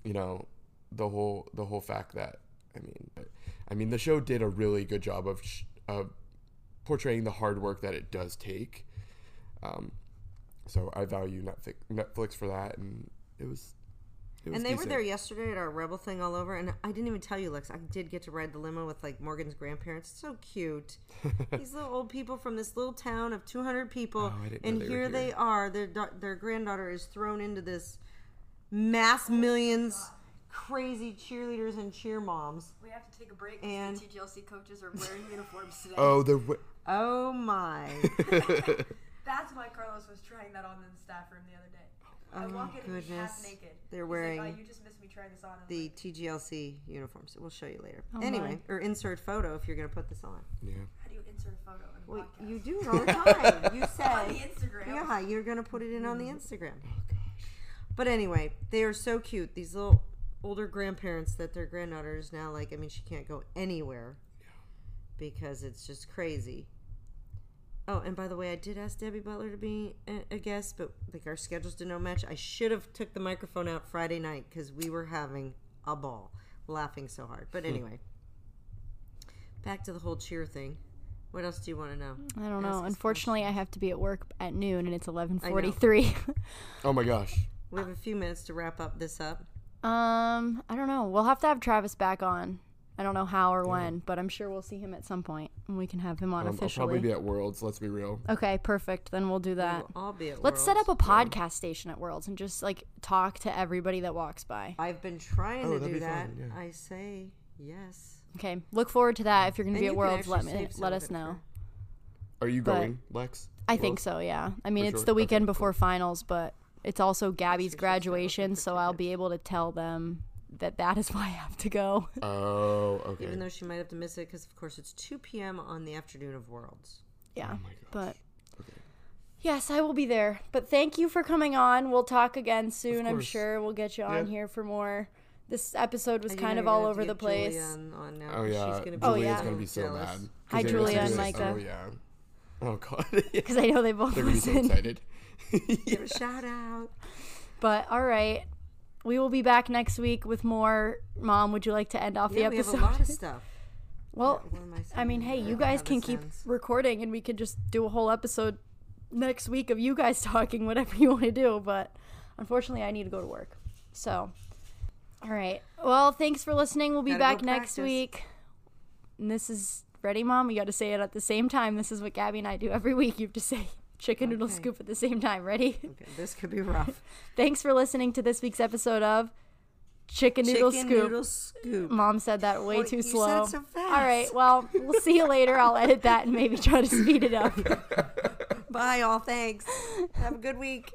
[SPEAKER 5] you know the whole the whole fact that I mean I mean the show did a really good job of sh- of portraying the hard work that it does take. Um, so I value Netflix Netflix for that, and it was. It was
[SPEAKER 3] And they were
[SPEAKER 5] decent.
[SPEAKER 3] there yesterday at our Rebel thing all over, and I didn't even tell you, Lex. I did get to ride the limo with like Morgan's grandparents. It's so cute. These little old people from this little town of 200 people,
[SPEAKER 5] Oh, I didn't know
[SPEAKER 3] and
[SPEAKER 5] they were
[SPEAKER 3] here they
[SPEAKER 5] here.
[SPEAKER 3] are. Their da- their granddaughter is thrown into this mass millions crazy cheerleaders and cheer moms.
[SPEAKER 6] We have to take a break
[SPEAKER 3] And-
[SPEAKER 6] because the TGLC coaches are wearing uniforms today.
[SPEAKER 5] Oh, there. W-
[SPEAKER 3] Oh my!
[SPEAKER 6] That's why Carlos was trying that on in the staff room the other day. I
[SPEAKER 3] Oh,
[SPEAKER 6] walk in and he's half
[SPEAKER 3] goodness.
[SPEAKER 6] naked.
[SPEAKER 3] They're
[SPEAKER 6] He's
[SPEAKER 3] wearing
[SPEAKER 6] like, oh, you just missed me trying this on. I was
[SPEAKER 3] the
[SPEAKER 6] like,
[SPEAKER 3] TGLC uniforms. We'll show you later.
[SPEAKER 2] my.
[SPEAKER 3] anyway, or insert photo if you're going to put this on.
[SPEAKER 5] yeah.
[SPEAKER 6] how do you insert a photo in a
[SPEAKER 3] Well,
[SPEAKER 6] podcast?
[SPEAKER 3] you do it all the time. You
[SPEAKER 6] on the
[SPEAKER 3] say.
[SPEAKER 6] Instagram.
[SPEAKER 3] Yeah, you're gonna put it in on the Instagram. But anyway, they are so cute. These little older grandparents that their granddaughter is now like. I mean, she can't go anywhere because it's just crazy. Oh, and by the way, I did ask Debbie Butler to be a- a guest, but like our schedules did not match. I should have took the microphone out Friday night because we were having a ball, laughing so hard. But anyway, back to the whole cheer thing. What else do you want to know?
[SPEAKER 2] I don't
[SPEAKER 3] Ask
[SPEAKER 2] know.
[SPEAKER 3] us
[SPEAKER 2] Unfortunately, I have to be at work at noon and it's 11:43.
[SPEAKER 5] Oh my gosh.
[SPEAKER 3] We have a few minutes to wrap up this up.
[SPEAKER 2] um, I don't know. We'll have to have Travis back on. I don't know how or when, but I'm sure we'll see him at some point and we can have him on
[SPEAKER 5] Um, I'll
[SPEAKER 2] officially.
[SPEAKER 5] probably be at Worlds. Let's be real.
[SPEAKER 2] okay, perfect. Then we'll do that.
[SPEAKER 3] We'll all be at
[SPEAKER 2] Let's set up
[SPEAKER 3] Worlds.
[SPEAKER 2] a podcast station at Worlds and just like talk to everybody that walks by.
[SPEAKER 3] I've been trying
[SPEAKER 5] Oh,
[SPEAKER 3] to
[SPEAKER 5] that'd
[SPEAKER 3] do
[SPEAKER 5] be
[SPEAKER 3] that.
[SPEAKER 5] fun, yeah.
[SPEAKER 3] I say yes.
[SPEAKER 2] Okay, look forward to that. If you're gonna
[SPEAKER 3] And
[SPEAKER 2] be
[SPEAKER 3] you
[SPEAKER 2] at
[SPEAKER 3] can
[SPEAKER 2] Worlds, let
[SPEAKER 3] actually
[SPEAKER 2] me
[SPEAKER 3] save some
[SPEAKER 2] let
[SPEAKER 3] of
[SPEAKER 2] us
[SPEAKER 3] it
[SPEAKER 2] know.
[SPEAKER 5] Are you
[SPEAKER 2] But-
[SPEAKER 5] going, Lex?
[SPEAKER 2] I think
[SPEAKER 5] Worlds?
[SPEAKER 2] so. Yeah. I mean,
[SPEAKER 5] For
[SPEAKER 2] it's
[SPEAKER 5] sure.
[SPEAKER 2] the
[SPEAKER 5] Okay,
[SPEAKER 2] weekend
[SPEAKER 5] cool.
[SPEAKER 2] before finals, but it's also Gabby's graduation, so I'll be able to tell them that that is why I have to go.
[SPEAKER 5] Oh, okay.
[SPEAKER 3] Even though she might have to miss it because, of course, it's 2 p.m. on the afternoon of Worlds.
[SPEAKER 2] yeah.
[SPEAKER 5] oh my gosh.
[SPEAKER 2] But yes, I will be there. But thank you for coming on. We'll talk again soon. I'm
[SPEAKER 5] course.
[SPEAKER 2] sure we'll get you on
[SPEAKER 5] Yeah.
[SPEAKER 2] here for more. This episode was
[SPEAKER 3] You
[SPEAKER 2] kind
[SPEAKER 3] know
[SPEAKER 2] of
[SPEAKER 3] you're
[SPEAKER 2] all
[SPEAKER 3] gonna have to
[SPEAKER 2] over the
[SPEAKER 3] get Julia
[SPEAKER 2] place.
[SPEAKER 3] on- on now
[SPEAKER 5] oh
[SPEAKER 3] 'cause
[SPEAKER 5] yeah,
[SPEAKER 3] she's gonna be
[SPEAKER 2] Oh,
[SPEAKER 5] Julia's
[SPEAKER 2] yeah.
[SPEAKER 5] gonna be so
[SPEAKER 3] jealous.
[SPEAKER 5] mad. 'cause
[SPEAKER 2] Hi,
[SPEAKER 5] they listened
[SPEAKER 2] Julia
[SPEAKER 5] to
[SPEAKER 2] and
[SPEAKER 5] this.
[SPEAKER 2] Micah.
[SPEAKER 5] Oh yeah. Oh god. yeah.
[SPEAKER 2] Because I know they both
[SPEAKER 5] They're gonna be so
[SPEAKER 2] listen.
[SPEAKER 5] excited.
[SPEAKER 3] Give a shout out.
[SPEAKER 2] But all right. We will be back next week with more. Mom, would you like to end off the
[SPEAKER 3] Yeah, we have
[SPEAKER 2] episode?
[SPEAKER 3] a lot of stuff.
[SPEAKER 2] well,
[SPEAKER 3] What am I saying?
[SPEAKER 2] I mean, hey,
[SPEAKER 3] don't
[SPEAKER 2] you
[SPEAKER 3] know
[SPEAKER 2] guys
[SPEAKER 3] how
[SPEAKER 2] can
[SPEAKER 3] this
[SPEAKER 2] keep
[SPEAKER 3] ends.
[SPEAKER 2] recording and we could just do a whole episode next week of you guys talking whatever you want to do, but unfortunately I need to go to work. So, all right. Well, thanks for listening. We'll be
[SPEAKER 3] Gotta go
[SPEAKER 2] back next
[SPEAKER 3] practice.
[SPEAKER 2] week. And this is ready, mom. We got to say it at the same time. This is what Gabby and I do every week. You have to say chicken noodle
[SPEAKER 3] Okay.
[SPEAKER 2] scoop at the same time. Ready?
[SPEAKER 3] Okay, this could be rough.
[SPEAKER 2] thanks for listening to this week's episode of chicken noodle
[SPEAKER 3] Chicken
[SPEAKER 2] scoop.
[SPEAKER 3] noodle scoop.
[SPEAKER 2] Mom said that way
[SPEAKER 3] Wait,
[SPEAKER 2] too
[SPEAKER 3] you said
[SPEAKER 2] slow.
[SPEAKER 3] it so
[SPEAKER 2] All right,
[SPEAKER 3] fast.
[SPEAKER 2] well, we'll see you later. I'll edit that and maybe try to speed it up.
[SPEAKER 3] Bye, all. Thanks. Have a good week.